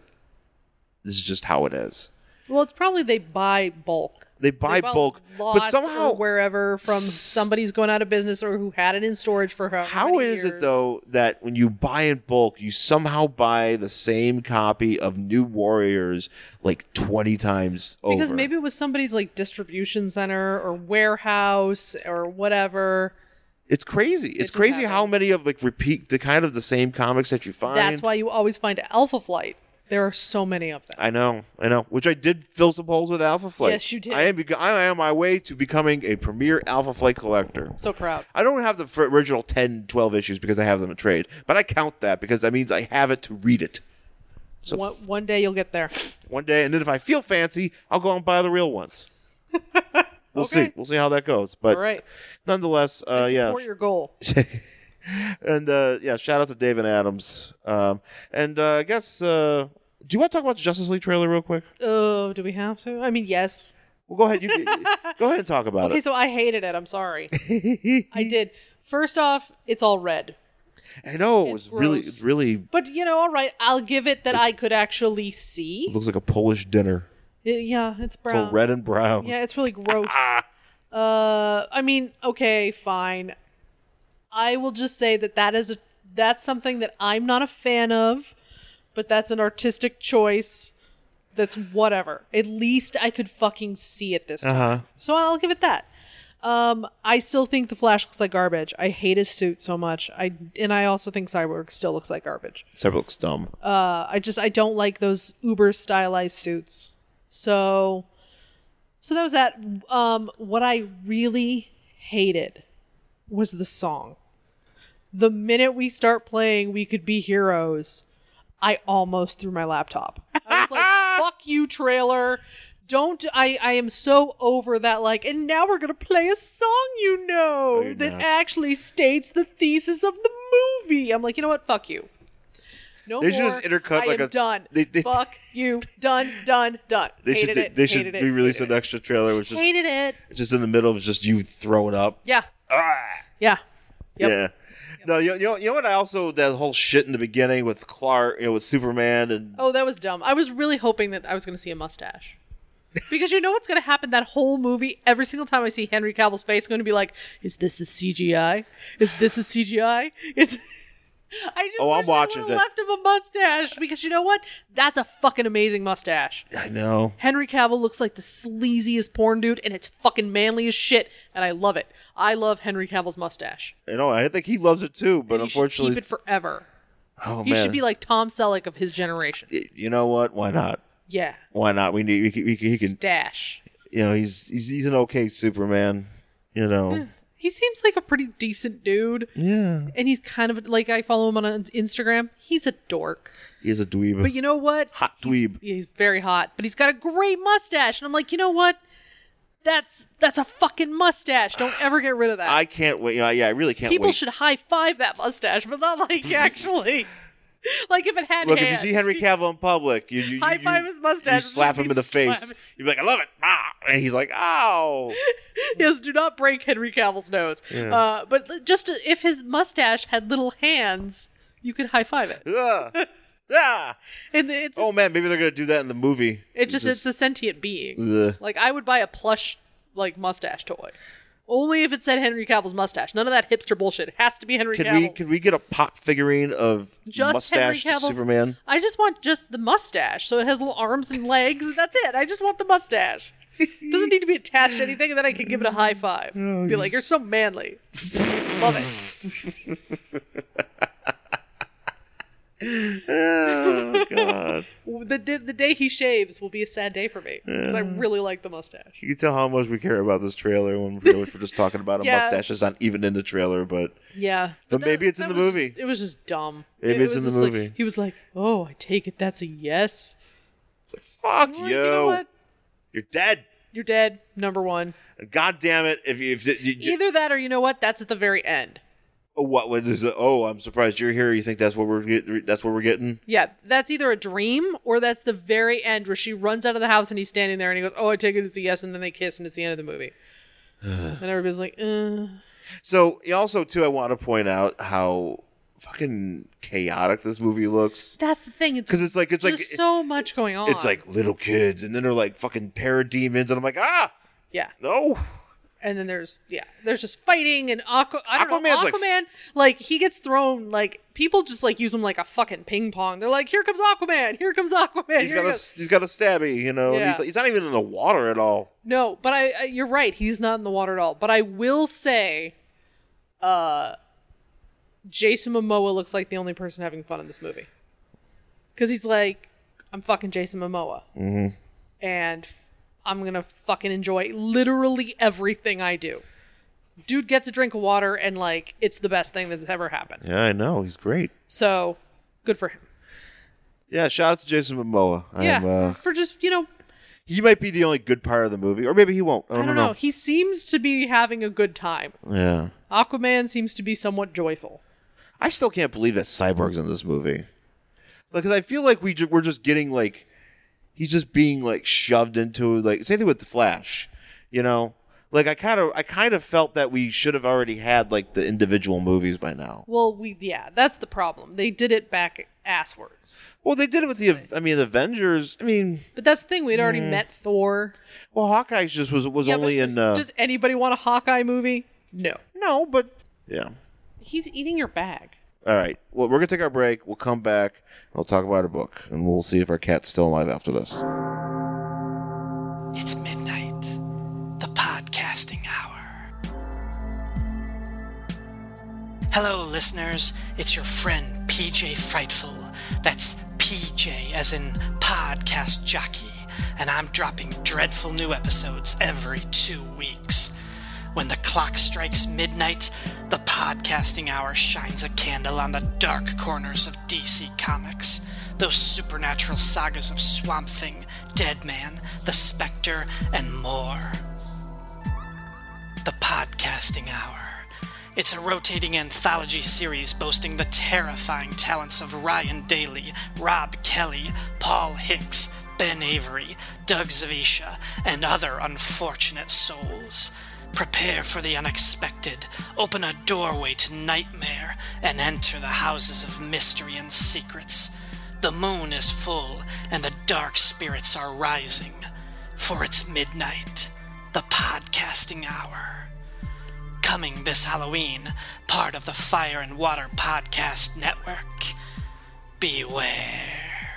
Speaker 2: This is just how it is.
Speaker 1: Well, it's probably they buy bulk.
Speaker 2: They buy
Speaker 1: They buy
Speaker 2: bulk, but
Speaker 1: lots or
Speaker 2: somehow
Speaker 1: wherever from somebody's going out of business or who had it in storage for how
Speaker 2: How
Speaker 1: many
Speaker 2: is it
Speaker 1: years.
Speaker 2: though that when you buy in bulk, you somehow buy the same copy of New Warriors like twenty times over?
Speaker 1: Because maybe it was somebody's like distribution center or warehouse or whatever.
Speaker 2: it's crazy. It's
Speaker 1: just
Speaker 2: crazy how
Speaker 1: happens.
Speaker 2: many of like repeat the kind of the same comics that you find.
Speaker 1: That's why you always find Alpha Flight. There are so many of them.
Speaker 2: I know, I know. Which I did fill some holes with Alpha Flight.
Speaker 1: Yes, you did.
Speaker 2: I am. beco- I am on my way to becoming a premier Alpha Flight collector.
Speaker 1: so proud.
Speaker 2: I don't have the f- original 10, 12 issues because I have them in trade, but I count that because that means I have it to read it. So
Speaker 1: One, one day you'll get there.
Speaker 2: one day, and then if I feel fancy, I'll go and buy the real ones. We'll see.
Speaker 1: Okay.
Speaker 2: We'll see how that goes. But
Speaker 1: All right.
Speaker 2: nonetheless, uh, yeah,
Speaker 1: Support your goal.
Speaker 2: and uh, yeah, shout out to David Adams. Um, and uh, I guess, uh, do you want to talk about the Justice League trailer real quick?
Speaker 1: Oh, do we have to? I mean, yes.
Speaker 2: Well, go ahead. You go ahead and talk about
Speaker 1: Okay, so I hated it. I'm sorry. I did. First off, it's all red.
Speaker 2: it. I know it was
Speaker 1: it's
Speaker 2: really,
Speaker 1: gross.
Speaker 2: it's really
Speaker 1: But you know, all right, I'll give it that I could actually see.
Speaker 2: looks like a Polish dinner.
Speaker 1: Uh, Yeah, it's
Speaker 2: It's
Speaker 1: brown.
Speaker 2: all red and brown.
Speaker 1: Yeah, it's really gross. uh, I mean, okay, fine. I will just say that that is a that's something that I'm not a fan of, but that's an artistic choice. That's whatever. At least I could fucking see it this time.
Speaker 2: Uh-huh.
Speaker 1: So I'll give it that. Um, I still think the Flash looks like garbage. I hate his suit so much. I and I also think Cyborg still looks like garbage.
Speaker 2: Cyber looks dumb.
Speaker 1: Uh, I just I don't like those uber stylized suits. So so that was that um what I really hated was the song. The minute we start playing We Could Be Heroes, I almost threw my laptop. I was like, fuck you trailer. Don't I I am so over that like and now we're going to play a song you know
Speaker 2: you're
Speaker 1: that
Speaker 2: not.
Speaker 1: actually states the thesis of the movie. I'm like, you know what? Fuck you. No
Speaker 2: They
Speaker 1: more.
Speaker 2: should just intercut
Speaker 1: I
Speaker 2: like
Speaker 1: am
Speaker 2: a-
Speaker 1: done.
Speaker 2: they- they-
Speaker 1: Fuck you. Done. Done. Done.
Speaker 2: They
Speaker 1: hated
Speaker 2: should.
Speaker 1: it.
Speaker 2: They should
Speaker 1: hated it.
Speaker 2: re-release
Speaker 1: hated
Speaker 2: an extra trailer, which
Speaker 1: it.
Speaker 2: is
Speaker 1: Hated it.
Speaker 2: just in the middle of just you throwing up.
Speaker 1: Yeah.
Speaker 2: Ah!
Speaker 1: Yeah. Yep.
Speaker 2: Yeah. No, you, you, know, you know what? I also that whole shit in the beginning with Clark, you know, with Superman, and
Speaker 1: Oh, that was dumb. I was really hoping that I was going to see a mustache. Because you know what's going to happen that whole movie? Every single time I see Henry Cavill's face, I'm going to be like, is this the CGI? Is this a CGI? Is. I just
Speaker 2: Oh, I'm
Speaker 1: wish they
Speaker 2: watching
Speaker 1: would've
Speaker 2: that.
Speaker 1: left him a mustache because you know what? That's a fucking amazing mustache.
Speaker 2: I know
Speaker 1: Henry Cavill looks like the sleaziest porn dude, and it's fucking manly as shit, and I love it. I love Henry Cavill's mustache.
Speaker 2: you know. I think he loves it too, but
Speaker 1: He should
Speaker 2: unfortunately,
Speaker 1: keep it forever.
Speaker 2: oh
Speaker 1: He
Speaker 2: man,
Speaker 1: should be like Tom Selleck of his generation.
Speaker 2: you know what? Why not?
Speaker 1: Yeah,
Speaker 2: Why not? We need. We can, we can, he can.
Speaker 1: stash.
Speaker 2: You know, he's he's he's an okay Superman. You know.
Speaker 1: He seems like a pretty decent dude,
Speaker 2: yeah,
Speaker 1: and he's kind of like I follow him on uh, Instagram. He's a dork,
Speaker 2: he's a dweeb.
Speaker 1: but you know what?
Speaker 2: Hot
Speaker 1: He's-
Speaker 2: dweeb.
Speaker 1: yeah, He's very hot, but he's got a great mustache, and I'm like, you know what? That's that's a fucking mustache. Don't ever get rid of that.
Speaker 2: I can't wait. You know, yeah, I really can't
Speaker 1: People
Speaker 2: wait.
Speaker 1: should high five that mustache, but not like actually. like if it had
Speaker 2: Look, if you
Speaker 1: hands.
Speaker 2: see Henry Cavill in public, you, you, you-
Speaker 1: High five
Speaker 2: you-
Speaker 1: his mustache
Speaker 2: You
Speaker 1: and
Speaker 2: slap
Speaker 1: just
Speaker 2: him
Speaker 1: keep
Speaker 2: in the face.
Speaker 1: slapping.
Speaker 2: You'd be like, "I love it," ah! and he's like, "Ow!"
Speaker 1: yes, do not break Henry Cavill's nose. Uh, but l- just to- if his mustache had little hands, you could high five it.
Speaker 2: Ugh. ah!
Speaker 1: And it's
Speaker 2: Oh man, maybe they're gonna do that in the movie.
Speaker 1: it just it's a sentient being.
Speaker 2: Ugh.
Speaker 1: Like I would buy a plush like mustache toy. Only if it said Henry Cavill's mustache. None of that hipster bullshit. It has to be Henry
Speaker 2: Can
Speaker 1: Cavill.
Speaker 2: we can we get a pop figurine of
Speaker 1: just
Speaker 2: mustache
Speaker 1: Henry Cavill's
Speaker 2: Superman?
Speaker 1: I just want just the mustache, so it has little arms and legs. and That's it. I just want the mustache. Doesn't need to be attached to anything, and then I can give it a high five. be like, you're so manly. Love it.
Speaker 2: Oh god!
Speaker 1: The, d- the day he shaves will be a sad day for me because I really like the mustache.
Speaker 2: You can tell how much we care about this trailer when really we're just talking about a
Speaker 1: Yeah.
Speaker 2: mustache that's not even in the trailer, but
Speaker 1: Yeah,
Speaker 2: But maybe it's in the
Speaker 1: was
Speaker 2: movie.
Speaker 1: just- it was just dumb.
Speaker 2: Maybe
Speaker 1: It- it
Speaker 2: it's in
Speaker 1: was
Speaker 2: the
Speaker 1: just like-
Speaker 2: movie.
Speaker 1: he was like, "Oh, I take it. That's a yes."
Speaker 2: it's like, fuck
Speaker 1: I'm like,
Speaker 2: you,
Speaker 1: you know what?
Speaker 2: you're dead.
Speaker 1: You're dead. Number one.
Speaker 2: God damn it! If you, if you, you
Speaker 1: Either that, or you know what? That's at the very end.
Speaker 2: oh, what was this? Oh, I'm surprised you're here. You think that's what we're get, that's what we're getting?
Speaker 1: Yeah, that's either a dream or that's the very end where she runs out of the house and he's standing there and he goes, "Oh, I take it as a yes," and then they kiss and it's the end of the movie. and everybody's like, uh,
Speaker 2: So also too, I want to point out how fucking chaotic this movie looks.
Speaker 1: That's the thing. It's
Speaker 2: Because it's like it's like
Speaker 1: there's so much going on.
Speaker 2: it's like little kids, and then they're like fucking parademons, and I'm like, ah,
Speaker 1: yeah,
Speaker 2: no.
Speaker 1: and then there's yeah, there's just fighting and Aqua. I don't
Speaker 2: Aquaman's
Speaker 1: know
Speaker 2: like-
Speaker 1: Aquaman. Like, he gets thrown. Like people just like use him like a fucking ping pong. They're like, here comes Aquaman. Here comes Aquaman.
Speaker 2: He's
Speaker 1: here
Speaker 2: got
Speaker 1: he
Speaker 2: a
Speaker 1: goes."
Speaker 2: he's got a stabby, you know. And
Speaker 1: Yeah.
Speaker 2: he's, like, he's not even in the water at all.
Speaker 1: No, but I, I you're right. He's not in the water at all. But I will say, uh, Jason Momoa looks like the only person having fun in this movie because he's like, I'm fucking Jason Momoa, mm-hmm. and f- I'm gonna fucking enjoy literally everything I do. Dude gets a drink of water and like it's the best thing that's ever happened.
Speaker 2: Yeah, I know. He's great.
Speaker 1: So good for him.
Speaker 2: Yeah, shout out to Jason Momoa.
Speaker 1: Yeah,
Speaker 2: I'm, uh,
Speaker 1: for just you know,
Speaker 2: he might be the only good part of the movie, or maybe he won't. I don't,
Speaker 1: I don't know. He seems to be having a good time.
Speaker 2: Yeah,
Speaker 1: Aquaman seems to be somewhat joyful.
Speaker 2: I still can't believe that Cyborg's in this movie. Because I feel like we ju- we're just getting like he's just being like shoved into like same thing with the Flash, you know. Like I kind of I kind of felt that we should have already had like the individual movies by now.
Speaker 1: Well, we yeah, that's the problem. They did it back asswards.
Speaker 2: Well, they did it with the I mean Avengers. I mean,
Speaker 1: But that's the thing. We'd already met Thor.
Speaker 2: well Hawkeye just was was
Speaker 1: Yeah,
Speaker 2: Mm. only
Speaker 1: but
Speaker 2: in uh,
Speaker 1: Does anybody want a Hawkeye movie? No.
Speaker 2: no, but yeah.
Speaker 1: He's eating your bag.
Speaker 2: All right. Well, we're gonna take our break. We'll come back. We'll talk about our book, and we'll see if our cat's still alive after this.
Speaker 3: It's midnight, the podcasting hour. Hello, listeners. It's your friend PJ Frightful. That's PJ as in podcast jockey, and I'm dropping dreadful new episodes every two weeks. When the clock strikes midnight, the podcasting hour shines a candle on the dark corners of DC Comics. Those supernatural sagas of Swamp Thing, Dead Man, The Spectre, and more. The Podcasting Hour. It's a rotating anthology series boasting the terrifying talents of Ryan Daly, Rob Kelly, Paul Hicks, Ben Avery, Doug Zavisha, and other unfortunate souls. Prepare for the unexpected, open a doorway to nightmare, and enter the houses of mystery and secrets. The moon is full, and the dark spirits are rising. For it's midnight, the podcasting hour. Coming this Halloween, part of the Fire and Water Podcast Network. Beware.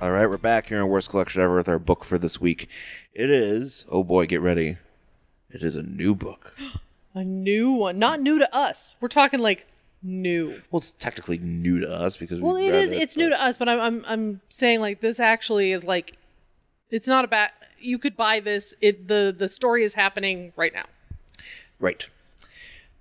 Speaker 2: All right, we're back here in Worst Collection Ever with our book for this week. It is, oh boy, get ready. It is a new book.
Speaker 1: A new one, not new to us. We're talking like new.
Speaker 2: Well, it's technically new to us because
Speaker 1: Well,
Speaker 2: we
Speaker 1: it
Speaker 2: read
Speaker 1: is.
Speaker 2: It,
Speaker 1: It's new to us, but I'm I'm I'm saying like this actually is like, it's not about. You could buy this. It the the story is happening right now.
Speaker 2: right.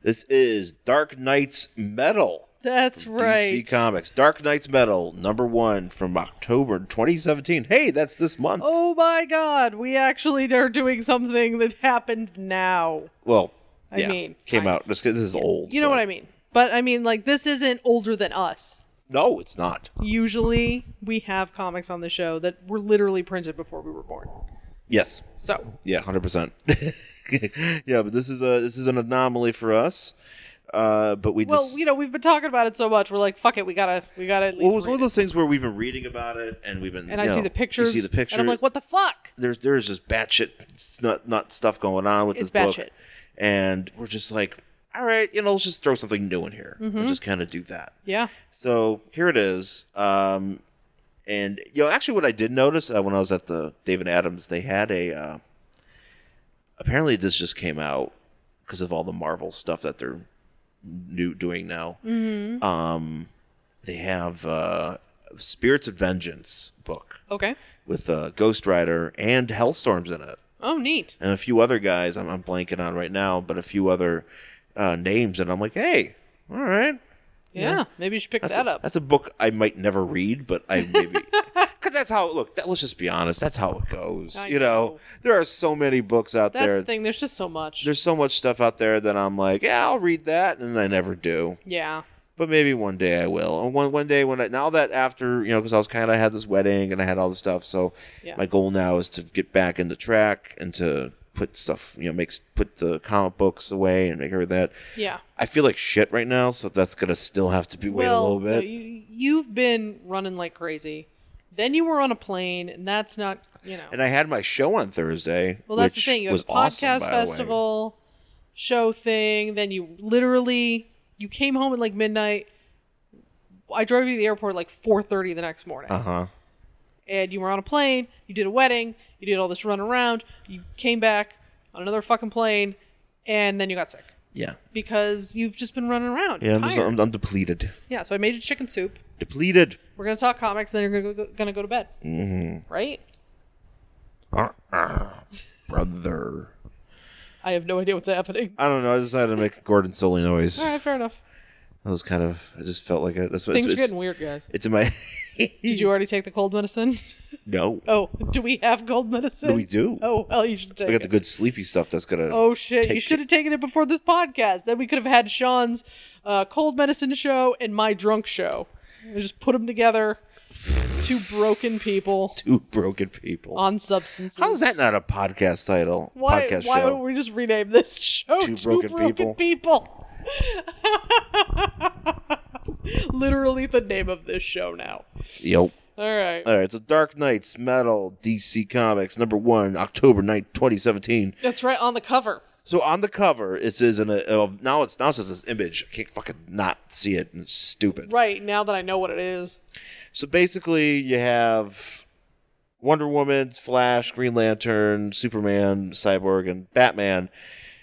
Speaker 2: This is Dark Knight's Metal.
Speaker 1: That's right.
Speaker 2: DC Comics. Dark Knight's Metal, number one from October 2017. Hey, that's this month.
Speaker 1: Oh my god, we actually are doing something that happened now.
Speaker 2: well,
Speaker 1: I
Speaker 2: yeah,
Speaker 1: mean,
Speaker 2: came
Speaker 1: I-
Speaker 2: out. This, this is old.
Speaker 1: You know
Speaker 2: but-
Speaker 1: what I mean? But I mean, like, this isn't older than us.
Speaker 2: No, it's not.
Speaker 1: Usually, we have comics on the show that were literally printed before we were born.
Speaker 2: Yes.
Speaker 1: So,
Speaker 2: Yeah, hundred percent. Yeah, but this is a this is an anomaly for us. Uh, but we
Speaker 1: well,
Speaker 2: just
Speaker 1: you know, we've been talking about it so much, we're like, fuck it, we gotta, we gotta. At least
Speaker 2: well, it was
Speaker 1: read
Speaker 2: one of
Speaker 1: it.
Speaker 2: those things where we've been reading about it and we've been
Speaker 1: and
Speaker 2: you
Speaker 1: I see
Speaker 2: know,
Speaker 1: the pictures.
Speaker 2: You see the picture.
Speaker 1: and I'm like, what the fuck?
Speaker 2: There's there's just batshit nut nut stuff going on with
Speaker 1: It's
Speaker 2: this book,
Speaker 1: batshit.
Speaker 2: and we're just like, all right, you know, let's just throw something new in here
Speaker 1: Mm-hmm.
Speaker 2: and just kind of do that.
Speaker 1: Yeah,
Speaker 2: So here it is. Um, and you know, actually, what I did notice uh, when I was at the David Adams, they had a. Uh, apparently, this just came out because of all the Marvel stuff that they're new doing now. Um, they have uh, Spirits of Vengeance book
Speaker 1: okay.
Speaker 2: with uh, Ghost Rider and Hellstorms in it
Speaker 1: Oh, neat.
Speaker 2: and a few other guys I'm, I'm blanking on right now, but a few other uh, names, and I'm like, hey, all right,
Speaker 1: Yeah, maybe you should pick that up.
Speaker 2: that's a book I might never read, but I maybe because that's how. Look, that, let's just be honest. That's how it goes.
Speaker 1: I
Speaker 2: you know,
Speaker 1: know.
Speaker 2: there are so many books out
Speaker 1: That's
Speaker 2: there.
Speaker 1: the thing. There's just so much.
Speaker 2: There's so much stuff out there that I'm like, yeah, I'll read that, and I never do.
Speaker 1: Yeah,
Speaker 2: But maybe one day I will. And one one day when I now that after you know, because I was kind of I had this wedding and I had all this stuff, so
Speaker 1: Yeah.
Speaker 2: my goal now is to get back into track and to put stuff, you know, makes put the comic books away and make her that.
Speaker 1: Yeah.
Speaker 2: I feel like shit right now, so that's gonna still have to be wait a little
Speaker 1: no,
Speaker 2: bit.
Speaker 1: You, you've been running like crazy. Then you were on a plane, and that's not, you know.
Speaker 2: and I had my show on Thursday.
Speaker 1: well, that's the
Speaker 2: which
Speaker 1: thing. You have
Speaker 2: was
Speaker 1: a podcast
Speaker 2: awesome, by the way.
Speaker 1: festival show thing. Then you literally you came home at like midnight. I drove you to the airport at like four thirty the next morning,
Speaker 2: Uh-huh.
Speaker 1: and you were on a plane. You did a wedding. You did all this run around. You came back on another fucking plane, and then you got sick
Speaker 2: Yeah.
Speaker 1: because you've just been running around.
Speaker 2: Yeah,
Speaker 1: You're
Speaker 2: I'm, just,
Speaker 1: tired.
Speaker 2: I'm, I'm depleted.
Speaker 1: yeah. So I made you chicken soup.
Speaker 2: Depleted.
Speaker 1: We're gonna talk comics, then you're gonna go, gonna go to bed. Mm-hmm. Right?
Speaker 2: Brother.
Speaker 1: I have no idea what's happening.
Speaker 2: I don't know. I decided to make a Gordon Sully noise.
Speaker 1: All right, fair enough.
Speaker 2: That was kind of. I just felt like it. That's what
Speaker 1: Things
Speaker 2: it's,
Speaker 1: are getting weird, guys.
Speaker 2: It's in my.
Speaker 1: Did you already take the cold medicine?
Speaker 2: no.
Speaker 1: Oh, do we have cold medicine?
Speaker 2: No, we do.
Speaker 1: Oh, well, you should take
Speaker 2: I got
Speaker 1: it.
Speaker 2: the good sleepy stuff that's gonna.
Speaker 1: oh shit, you
Speaker 2: take
Speaker 1: should have taken it before this podcast. Then we could have had Sean's uh, cold medicine show and my drunk show. We just put them together. It's two broken people
Speaker 2: Two broken people.
Speaker 1: on substances.
Speaker 2: How is that not a podcast title?
Speaker 1: Why?
Speaker 2: podcast
Speaker 1: why
Speaker 2: show.
Speaker 1: don't we just rename this show
Speaker 2: Two
Speaker 1: Two,
Speaker 2: Broken
Speaker 1: broken, People"? Literally the name of this show now.
Speaker 2: Yep.
Speaker 1: All right,
Speaker 2: All right. So Dark Knights Metal DC Comics number one, October 9th, twenty seventeen.
Speaker 1: that's right on the cover.
Speaker 2: So on the cover, it says in a uh, now it's now it says this image. I can't fucking not see it. And it's stupid.
Speaker 1: Right now that I know what it is,
Speaker 2: So basically, you have Wonder Woman, Flash, Green Lantern, Superman, Cyborg, and Batman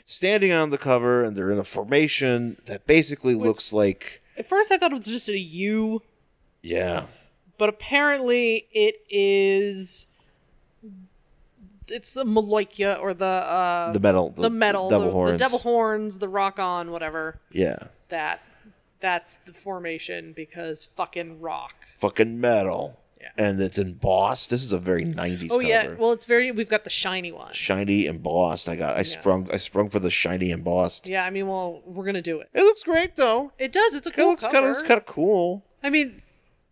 Speaker 2: standing on the cover, and they're in a formation that basically looks like
Speaker 1: at first I thought it was just a U,
Speaker 2: yeah,
Speaker 1: but apparently it is. It's a maloika or the uh,
Speaker 2: the
Speaker 1: the,
Speaker 2: metal, the,
Speaker 1: metal,
Speaker 2: devil
Speaker 1: the,
Speaker 2: horns,
Speaker 1: the devil horns, the rock on, whatever.
Speaker 2: yeah,
Speaker 1: That that's the formation because fucking rock.
Speaker 2: fucking metal,
Speaker 1: Yeah.
Speaker 2: and it's embossed. This is a very nineties.
Speaker 1: Oh
Speaker 2: cover.
Speaker 1: yeah, well it's very. We've got the shiny one.
Speaker 2: shiny embossed. I got. I sprung. I sprung for the shiny embossed.
Speaker 1: Yeah, I mean, well, we're gonna do it.
Speaker 2: It looks great though.
Speaker 1: It does. It's a
Speaker 2: It
Speaker 1: cool
Speaker 2: looks
Speaker 1: cover.
Speaker 2: kind of looks kind of cool.
Speaker 1: I mean,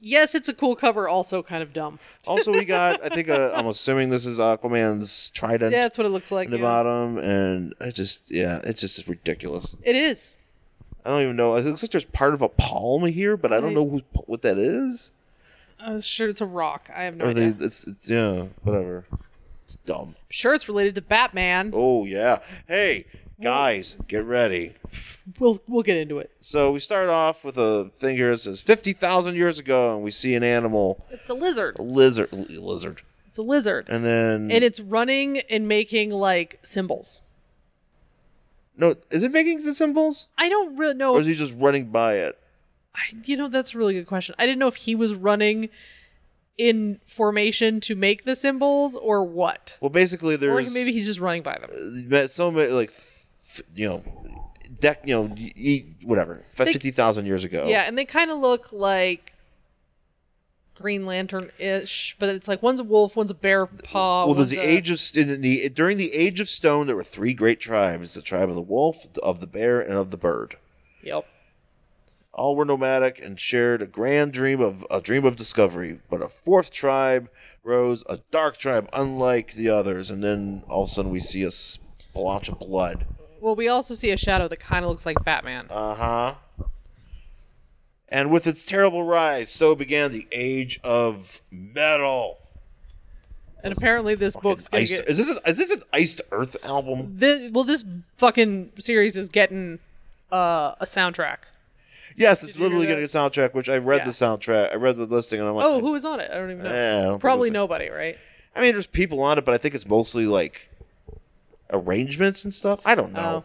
Speaker 1: yes, it's a cool cover. Also, kind of dumb.
Speaker 2: Also, we got. I think. Uh, I'm assuming this is Aquaman's trident.
Speaker 1: Yeah, that's what it looks like.
Speaker 2: in the
Speaker 1: yeah.
Speaker 2: bottom, and it just yeah, it's just is ridiculous.
Speaker 1: It is.
Speaker 2: I don't even know. It looks like there's part of a palm here, but I don't know who, what that is.
Speaker 1: I was sure it's a rock. I have no
Speaker 2: Or
Speaker 1: idea.
Speaker 2: they, it's, it's yeah, whatever. It's dumb.
Speaker 1: I'm sure it's related to Batman.
Speaker 2: Oh yeah. Hey guys, get ready.
Speaker 1: We'll we'll get into it.
Speaker 2: So we start off with a thing here that says fifty thousand years ago, and we see an animal,
Speaker 1: It's a lizard.
Speaker 2: a lizard, li- lizard,
Speaker 1: It's a lizard,
Speaker 2: and then
Speaker 1: and it's running and making like symbols.
Speaker 2: no, is it making the symbols,
Speaker 1: I don't really know.
Speaker 2: or is he just running by it?
Speaker 1: I, you know, that's a really good question. I didn't know if he was running in formation to make the symbols or what.
Speaker 2: Well, basically,
Speaker 1: Or
Speaker 2: there's
Speaker 1: maybe he's just running by them.
Speaker 2: met so many like f- you know deck you know y- y- whatever
Speaker 1: They-
Speaker 2: 50,000 years ago.
Speaker 1: Yeah, and they kind of look like Green Lantern ish, but it's like one's a wolf, one's a bear paw.
Speaker 2: Well, there's
Speaker 1: one's
Speaker 2: the
Speaker 1: a-
Speaker 2: age of in the during the age of stone there were three great tribes, the tribe of the wolf, of the bear, and of the bird.
Speaker 1: Yep.
Speaker 2: All were nomadic and shared a grand dream of a dream of discovery, but a fourth tribe rose, a dark tribe unlike the others, and then all of a sudden we see a splotch of blood.
Speaker 1: Well, we also see a shadow that kind of looks like Batman.
Speaker 2: Uh huh. And with its terrible rise, so began the age of metal.
Speaker 1: and apparently, this book's going to
Speaker 2: Iced-
Speaker 1: get.
Speaker 2: is this an, is this an Iced Earth album?
Speaker 1: Thi- well, this fucking series is getting uh, a soundtrack.
Speaker 2: Yes, it's literally
Speaker 1: hear
Speaker 2: getting a soundtrack. Which I read
Speaker 1: Yeah.
Speaker 2: the soundtrack. I read the listing, and I'm like,
Speaker 1: Oh, who was on it? I don't even know.
Speaker 2: Yeah, I don't think
Speaker 1: Probably
Speaker 2: it was-
Speaker 1: nobody, right?
Speaker 2: I mean, there's people on it, but I think it's mostly like arrangements and stuff. I don't
Speaker 1: Oh.
Speaker 2: know.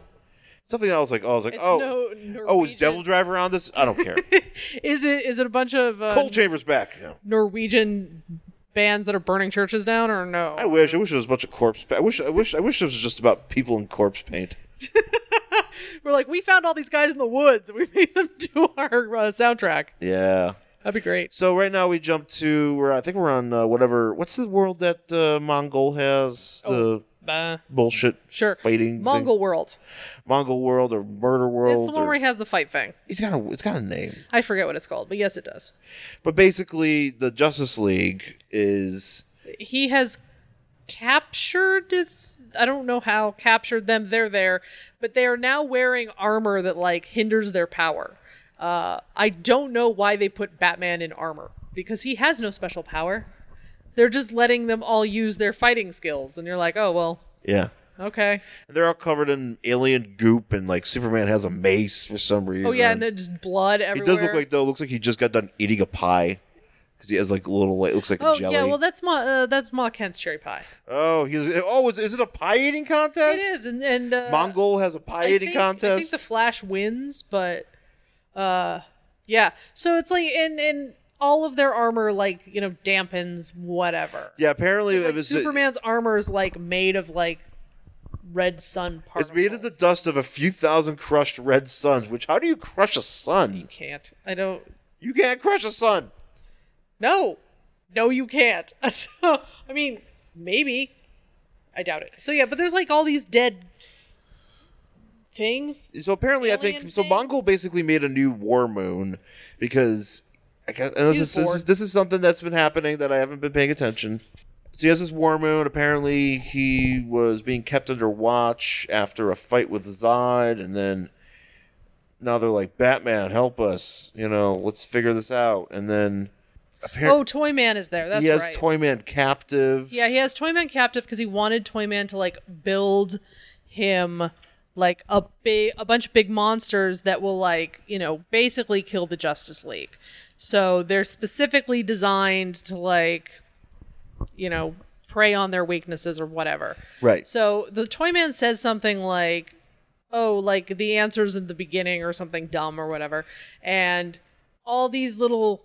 Speaker 2: Something else like oh, I was like
Speaker 1: It's
Speaker 2: oh,
Speaker 1: no
Speaker 2: oh, is
Speaker 1: Norwegian-
Speaker 2: Devil Driver on this? I don't care.
Speaker 1: Is it is it a bunch of uh,
Speaker 2: Cold Chamber's back. Yeah.
Speaker 1: Norwegian bands that are burning churches down, or no?
Speaker 2: I wish. I wish it was a bunch of corpse. Pa- I wish. I wish. I wish it was just about people in corpse paint.
Speaker 1: We're like, we found all these guys in the woods, and we made them do our uh, soundtrack.
Speaker 2: Yeah.
Speaker 1: That'd be great.
Speaker 2: So right now we jump to where I think we're on uh, whatever. What's the world that uh, Mongol has? The
Speaker 1: Uh,
Speaker 2: bullshit
Speaker 1: sure.
Speaker 2: fighting
Speaker 1: Mongol World.
Speaker 2: thing? Mongol world or murder
Speaker 1: It's
Speaker 2: world.
Speaker 1: the one
Speaker 2: or-
Speaker 1: where he has the fight thing.
Speaker 2: he's got a it's got a name.
Speaker 1: I forget what it's called, but yes, it does.
Speaker 2: But basically, the Justice League is
Speaker 1: He has captured I don't know how captured them. They're there, but they are now wearing armor that like hinders their power. Uh, I don't know why they put Batman in armor because he has no special power. They're just letting them all use their fighting skills, and you're like, oh well,
Speaker 2: Yeah.
Speaker 1: okay.
Speaker 2: And they're all covered in alien goop, and like Superman has a mace for some reason.
Speaker 1: Oh yeah, and then just blood
Speaker 2: he
Speaker 1: everywhere.
Speaker 2: uh, does look like though. Looks like he just got done eating a pie because he has like little like looks like
Speaker 1: Oh
Speaker 2: a jelly.
Speaker 1: yeah, well that's Ma uh, that's Ma Kent's cherry pie.
Speaker 2: oh, he's oh is, is it a pie eating
Speaker 1: It
Speaker 2: contest?
Speaker 1: is, and and uh,
Speaker 2: Mongol has a pie
Speaker 1: I
Speaker 2: eating
Speaker 1: think- I think
Speaker 2: contest.
Speaker 1: the Flash wins, but uh yeah. So it's like and and all of their armor like, you know, dampens whatever.
Speaker 2: yeah, apparently
Speaker 1: It's
Speaker 2: it
Speaker 1: like
Speaker 2: was
Speaker 1: Superman's armor is like made of like red sun particles.
Speaker 2: It's made of the dust of a few thousand crushed red suns. Which how do you crush a sun?
Speaker 1: can't. I don't
Speaker 2: You can't crush a sun.
Speaker 1: No. No, you can't. so, I mean, maybe. I doubt it. So yeah, but there's like all these dead things.
Speaker 2: So apparently, I think
Speaker 1: Alien
Speaker 2: so.
Speaker 1: things?
Speaker 2: Mongol basically made a new war moon because I guess and this,
Speaker 1: He's
Speaker 2: is, this, is,
Speaker 1: bored.
Speaker 2: this is something that's been happening that I haven't been paying attention. So he has this war moon. Apparently, he was being kept under watch after a fight with Zod, and then now they're like, "Batman, help us! You know, let's figure this out." And then apparently,
Speaker 1: Oh, Toyman is there. That's
Speaker 2: he has
Speaker 1: right.
Speaker 2: Toyman captive.
Speaker 1: Yeah, he has Toyman captive because he wanted Toyman to like build him like a big a bunch of big monsters that will like, you know, basically kill the Justice League. So they're specifically designed to like you know, prey on their weaknesses or whatever.
Speaker 2: right.
Speaker 1: So the Toyman says something like, "Oh, like the answers in the beginning or something dumb or whatever," and all these little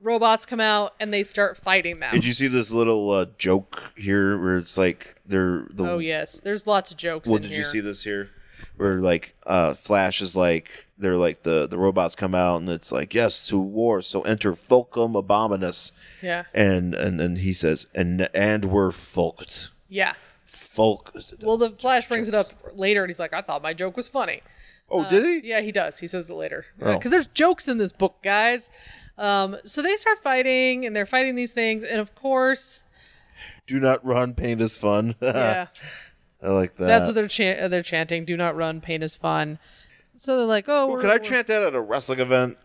Speaker 1: robots come out and they start fighting them.
Speaker 2: Did you see this little uh, joke here where it's like they're the
Speaker 1: Oh yes, there's lots of jokes.
Speaker 2: Mm. Well,
Speaker 1: in
Speaker 2: did
Speaker 1: here.
Speaker 2: you see this here? Where like uh Flash is like they're like the the robots come out and it's like yes to war so enter Fulcum Abominus
Speaker 1: Yeah,
Speaker 2: and and and he says and and we're fulked
Speaker 1: yeah.
Speaker 2: fulk
Speaker 1: Well, the Flash brings it up later, and he's like, "I thought my joke was funny."
Speaker 2: oh
Speaker 1: Uh,
Speaker 2: did he
Speaker 1: Yeah, he does. He says it later
Speaker 2: Oh.
Speaker 1: because there's jokes in this book, guys. Um, so they start fighting, and they're fighting these things, and of course,
Speaker 2: do not run paint is fun
Speaker 1: yeah,
Speaker 2: I like that
Speaker 1: that's what they're chan- uh, they're chanting. Do not run. Pain is fun. So they're like, "Oh,
Speaker 2: Well,
Speaker 1: we're-
Speaker 2: could I
Speaker 1: we're-
Speaker 2: chant that at a wrestling event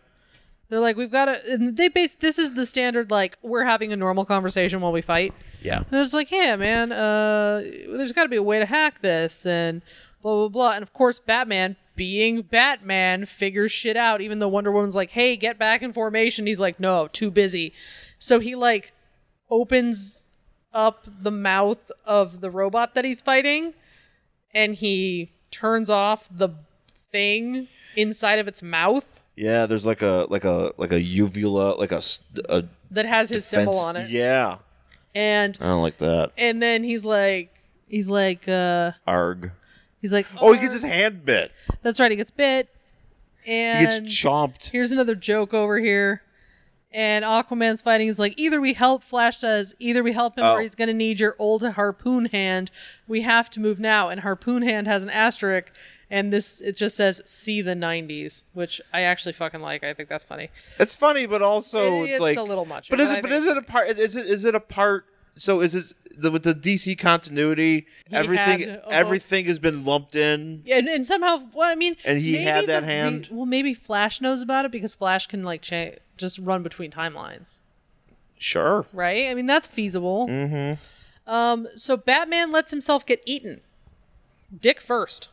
Speaker 1: They're like, "We've got to." And they base this is the standard like we're having a normal conversation while we fight.
Speaker 2: yeah
Speaker 1: And I was like, yeah, man, uh, there's got to be a way to hack this and blah, blah, blah. And of course, Batman, being Batman, figures shit out, even though Wonder Woman's like, hey, get back in formation. He's like, no, too busy. So he, like, opens up the mouth of the robot that he's fighting and he turns off the thing inside of its mouth
Speaker 2: yeah there's like a like a like a uvula like a, s- a
Speaker 1: that has his symbol
Speaker 2: fence-
Speaker 1: on it.
Speaker 2: yeah
Speaker 1: And
Speaker 2: I don't like that
Speaker 1: and then he's like, he's like, uh,
Speaker 2: arg
Speaker 1: he's like,
Speaker 2: oh he gets his hand bit
Speaker 1: That's right, he gets bit.
Speaker 2: he gets
Speaker 1: And
Speaker 2: chomped
Speaker 1: here's another joke over here. And Aquaman's fighting. He's like, either we help, Flash says, either we help him
Speaker 2: Oh.
Speaker 1: or he's going to need your old harpoon hand. We have to move now. And harpoon hand has an asterisk. And this, it just says, see the 90s, which I actually fucking like. I think that's funny.
Speaker 2: It's funny, but also
Speaker 1: It-
Speaker 2: it's,
Speaker 1: it's
Speaker 2: like
Speaker 1: a little much,
Speaker 2: But is
Speaker 1: but
Speaker 2: it?
Speaker 1: I
Speaker 2: But
Speaker 1: think-
Speaker 2: is it a part? Is it? Is it a part? So is it the, with the DC continuity? everything
Speaker 1: had- oh.
Speaker 2: everything has been lumped in.
Speaker 1: Yeah, and, and somehow, well, I mean,
Speaker 2: And he
Speaker 1: maybe
Speaker 2: had that
Speaker 1: the re-
Speaker 2: hand?
Speaker 1: well, maybe Flash knows about it because Flash can like cha- just run between timelines.
Speaker 2: Sure.
Speaker 1: right? I mean, that's feasible. Mm-hmm. Um, so Batman lets himself get eaten. Dick first.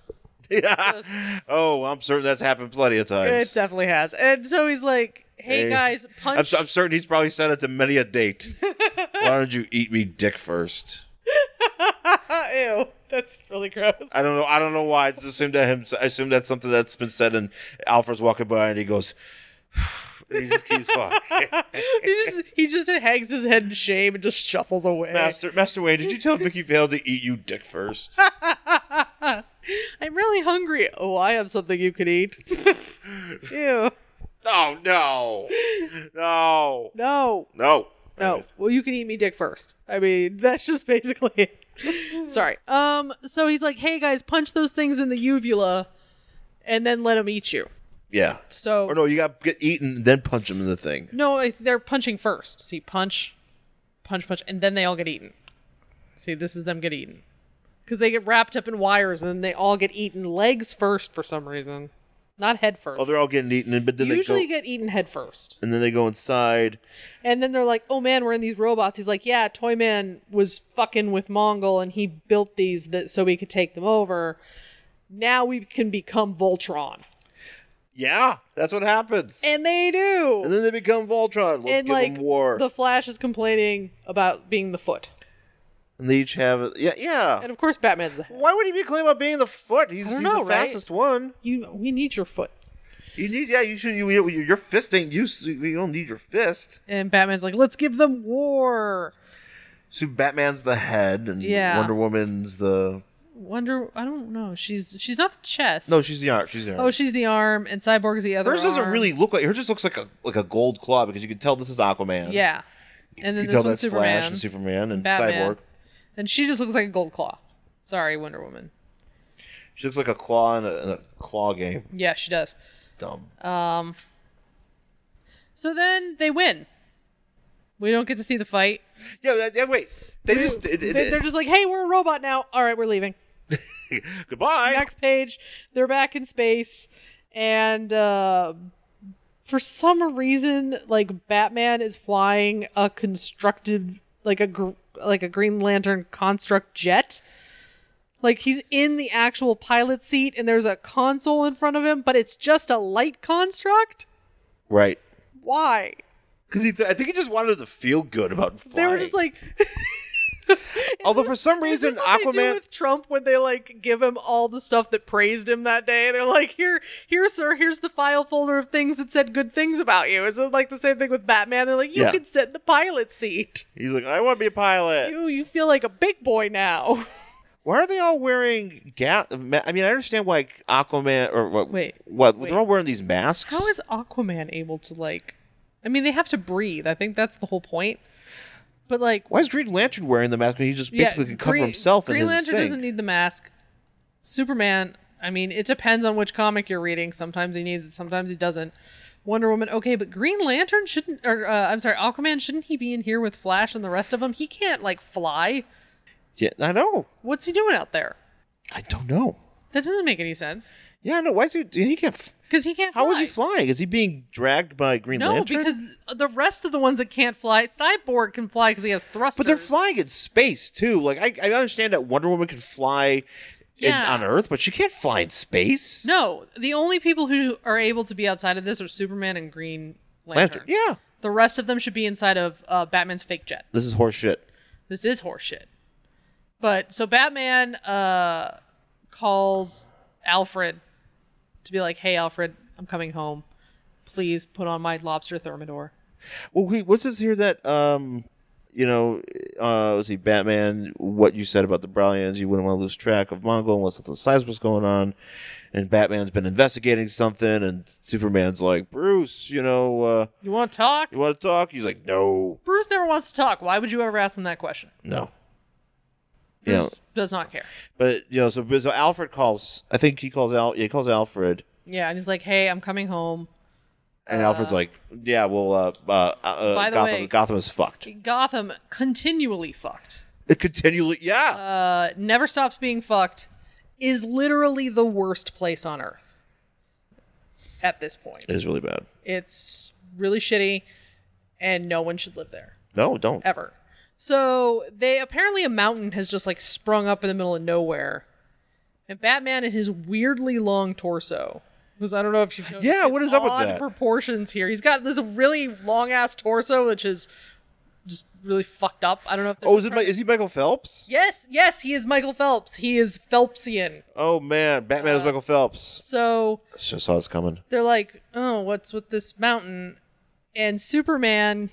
Speaker 2: Yeah. Oh, I'm certain that's happened plenty of
Speaker 1: It
Speaker 2: times.
Speaker 1: definitely has. And so he's like, hey,
Speaker 2: Hey.
Speaker 1: guys, punch.
Speaker 2: I'm, I'm certain he's probably said it to many a date. Why don't you eat me dick first?
Speaker 1: Ew, that's really gross.
Speaker 2: I don't know. I don't know why. I just assumed that him. I assume that's something that's been said, and Alfred's walking by, and he goes, and he just keeps walking.
Speaker 1: he just he just hangs his head in shame and just shuffles away.
Speaker 2: Master, Master Wayne, did you tell Vicky Vale to eat you dick first?
Speaker 1: I'm really hungry. Oh, I have something you could eat. Ew.
Speaker 2: Oh no, no,
Speaker 1: No.
Speaker 2: no,
Speaker 1: No. Well, you can eat me dick first. I mean, that's just basically it. Sorry. Um, so he's like, hey guys, punch those things in the uvula and then let them eat you.
Speaker 2: Yeah.
Speaker 1: So
Speaker 2: Or
Speaker 1: no,
Speaker 2: no, you got get eaten, then punch him in the thing.
Speaker 1: I- they're punching first. See, punch, punch, punch, and then they all get eaten. See, this is them get eaten. Because they get wrapped up in wires and then they all get eaten legs first for some reason. Not head first.
Speaker 2: Oh, they're all getting eaten, and- but then
Speaker 1: Usually
Speaker 2: they go,
Speaker 1: get eaten head first.
Speaker 2: and then they go inside.
Speaker 1: And then they're like, oh man, we're in these robots. He's like, yeah, Toy Man was fucking with Mongol and he built these that so we could take them over. Now we can become Voltron.
Speaker 2: Yeah, that's what happens.
Speaker 1: And they do.
Speaker 2: And then they become Voltron. Let's
Speaker 1: and
Speaker 2: give
Speaker 1: like
Speaker 2: them war.
Speaker 1: the Flash is complaining about being the foot.
Speaker 2: and they each have a, yeah, yeah.
Speaker 1: And of course Batman's the head.
Speaker 2: Why would he be claiming about being the foot? He's,
Speaker 1: I don't
Speaker 2: he's
Speaker 1: know,
Speaker 2: the
Speaker 1: right?
Speaker 2: fastest one.
Speaker 1: You we need your foot.
Speaker 2: You need yeah. You should you, you your fist ain't used. to- You don't need your fist.
Speaker 1: And Batman's like, let's give them war.
Speaker 2: So Batman's the head, and
Speaker 1: Yeah.
Speaker 2: Wonder Woman's the
Speaker 1: Wonder I don't know. She's she's not the chest.
Speaker 2: no. She's the arm. She's the arm.
Speaker 1: Oh, she's the arm, and Cyborg is the other.
Speaker 2: Hers doesn't
Speaker 1: arm.
Speaker 2: really look like hers. Just looks like a like a gold claw because you can tell this is Aquaman.
Speaker 1: Yeah. And then
Speaker 2: you can
Speaker 1: this
Speaker 2: tell
Speaker 1: one's
Speaker 2: that's
Speaker 1: Superman,
Speaker 2: Flash and Superman and
Speaker 1: Batman,
Speaker 2: Cyborg.
Speaker 1: and she just looks like a gold claw. Sorry, Wonder Woman.
Speaker 2: She looks like a claw in a, in a claw game.
Speaker 1: Yeah, she does.
Speaker 2: It's dumb.
Speaker 1: Uh, So then they win. We don't get to see the fight.
Speaker 2: yeah, that, yeah. Wait, they just it,
Speaker 1: They-
Speaker 2: it,
Speaker 1: They're just like, "Hey, we're a robot now. All right, we're leaving."
Speaker 2: goodbye.
Speaker 1: next page they're back in space and uh for some reason like batman is flying a constructed like a gr- like a green lantern construct jet like he's in the actual pilot seat and there's a console in front of him but it's just a light construct
Speaker 2: Right.
Speaker 1: why
Speaker 2: Because he, th- I think he just wanted to feel good about flying.
Speaker 1: they were just like
Speaker 2: although for some
Speaker 1: Is
Speaker 2: reason
Speaker 1: this what they do
Speaker 2: Aquaman,
Speaker 1: with Trump when they like give him all the stuff that praised him that day. They're like, here, here, sir, here's the file folder of things that said good things about you. Is it like the same thing with Batman? They're like, you
Speaker 2: Yeah.
Speaker 1: can sit in the pilot seat.
Speaker 2: he's like, I want to be a pilot.
Speaker 1: You, you feel like a big boy now.
Speaker 2: Why are they all wearing gas? I mean, I understand why Aquaman or what?
Speaker 1: Wait,
Speaker 2: what?
Speaker 1: wait.
Speaker 2: They're all wearing these masks.
Speaker 1: How is Aquaman able to like? I mean, they have to breathe. I think that's the whole point. But like,
Speaker 2: Why is Green Lantern wearing the mask when he just basically can cover
Speaker 1: Green-
Speaker 2: himself
Speaker 1: Green
Speaker 2: in his
Speaker 1: Lantern
Speaker 2: thing?
Speaker 1: doesn't need the mask. Superman, I mean, it depends on which comic you're reading. Sometimes he needs it, sometimes he doesn't. Wonder Woman, okay, but Green Lantern shouldn't, or uh, I'm sorry, Aquaman shouldn't he be in here with Flash and the rest of them? He can't like fly.
Speaker 2: yeah, I know.
Speaker 1: What's he doing out there?
Speaker 2: I don't know.
Speaker 1: That doesn't make any sense
Speaker 2: Yeah, I know. Why is he? He can't. f-
Speaker 1: because he can't.
Speaker 2: How
Speaker 1: fly.
Speaker 2: is he flying? Is he being dragged by Green
Speaker 1: No,
Speaker 2: Lantern?
Speaker 1: because the rest of the ones that can't fly, Cyborg can fly because he has thrusters.
Speaker 2: but they're flying in space too. Like I, I understand that Wonder Woman can fly
Speaker 1: Yeah.
Speaker 2: in, on Earth, but she can't fly in space.
Speaker 1: No, the only people who are able to be outside of this are Superman and Green
Speaker 2: Lantern. Yeah.
Speaker 1: The rest of them should be inside of uh, Batman's fake jet.
Speaker 2: This is horseshit.
Speaker 1: This is horseshit. But so Batman uh, calls Alfred to be like, "Hey, Alfred, I'm coming home. Please put on my lobster thermidor."
Speaker 2: Well, wait, what's this here that um, you know, uh, let's see, Batman. What you said about the Brillians, you wouldn't want to lose track of Mongol unless something size was going on. And Batman's been investigating something, and Superman's like, Bruce, you know, uh,
Speaker 1: You want to talk?
Speaker 2: you want to talk? He's like, no,
Speaker 1: Bruce never wants to talk. Why would you ever ask him that question?
Speaker 2: no. You know,
Speaker 1: Bruce does not care.
Speaker 2: but you know, so, so Alfred calls. I think he calls Al. Yeah, he calls Alfred,
Speaker 1: Yeah, and he's like, "Hey, I'm coming home.
Speaker 2: and Alfred's like, yeah, well, uh, uh, uh
Speaker 1: Uh. By the
Speaker 2: Gotham,
Speaker 1: way-
Speaker 2: Gotham is fucked.
Speaker 1: Gotham continually fucked."
Speaker 2: It continually, yeah.
Speaker 1: uh, never stops being fucked is literally the worst place on earth at this point.
Speaker 2: it is really bad.
Speaker 1: It's really shitty and no one should live there
Speaker 2: No, don't.
Speaker 1: ever. So they apparently a mountain has just like sprung up in the middle of nowhere. And Batman in his weirdly long torso because I don't know if you have
Speaker 2: Yeah, what is up with that?
Speaker 1: proportions here. He's got this really long ass torso which is just really fucked up. I don't know if they're
Speaker 2: Oh, is it?
Speaker 1: trying-
Speaker 2: Mi- Is he Michael Phelps?
Speaker 1: Yes, yes, he is Michael Phelps. He is Phelpsian.
Speaker 2: Oh man, Batman
Speaker 1: Uh,
Speaker 2: is Michael Phelps.
Speaker 1: So
Speaker 2: Just saw this coming.
Speaker 1: they're like, oh, what's with this mountain? And Superman,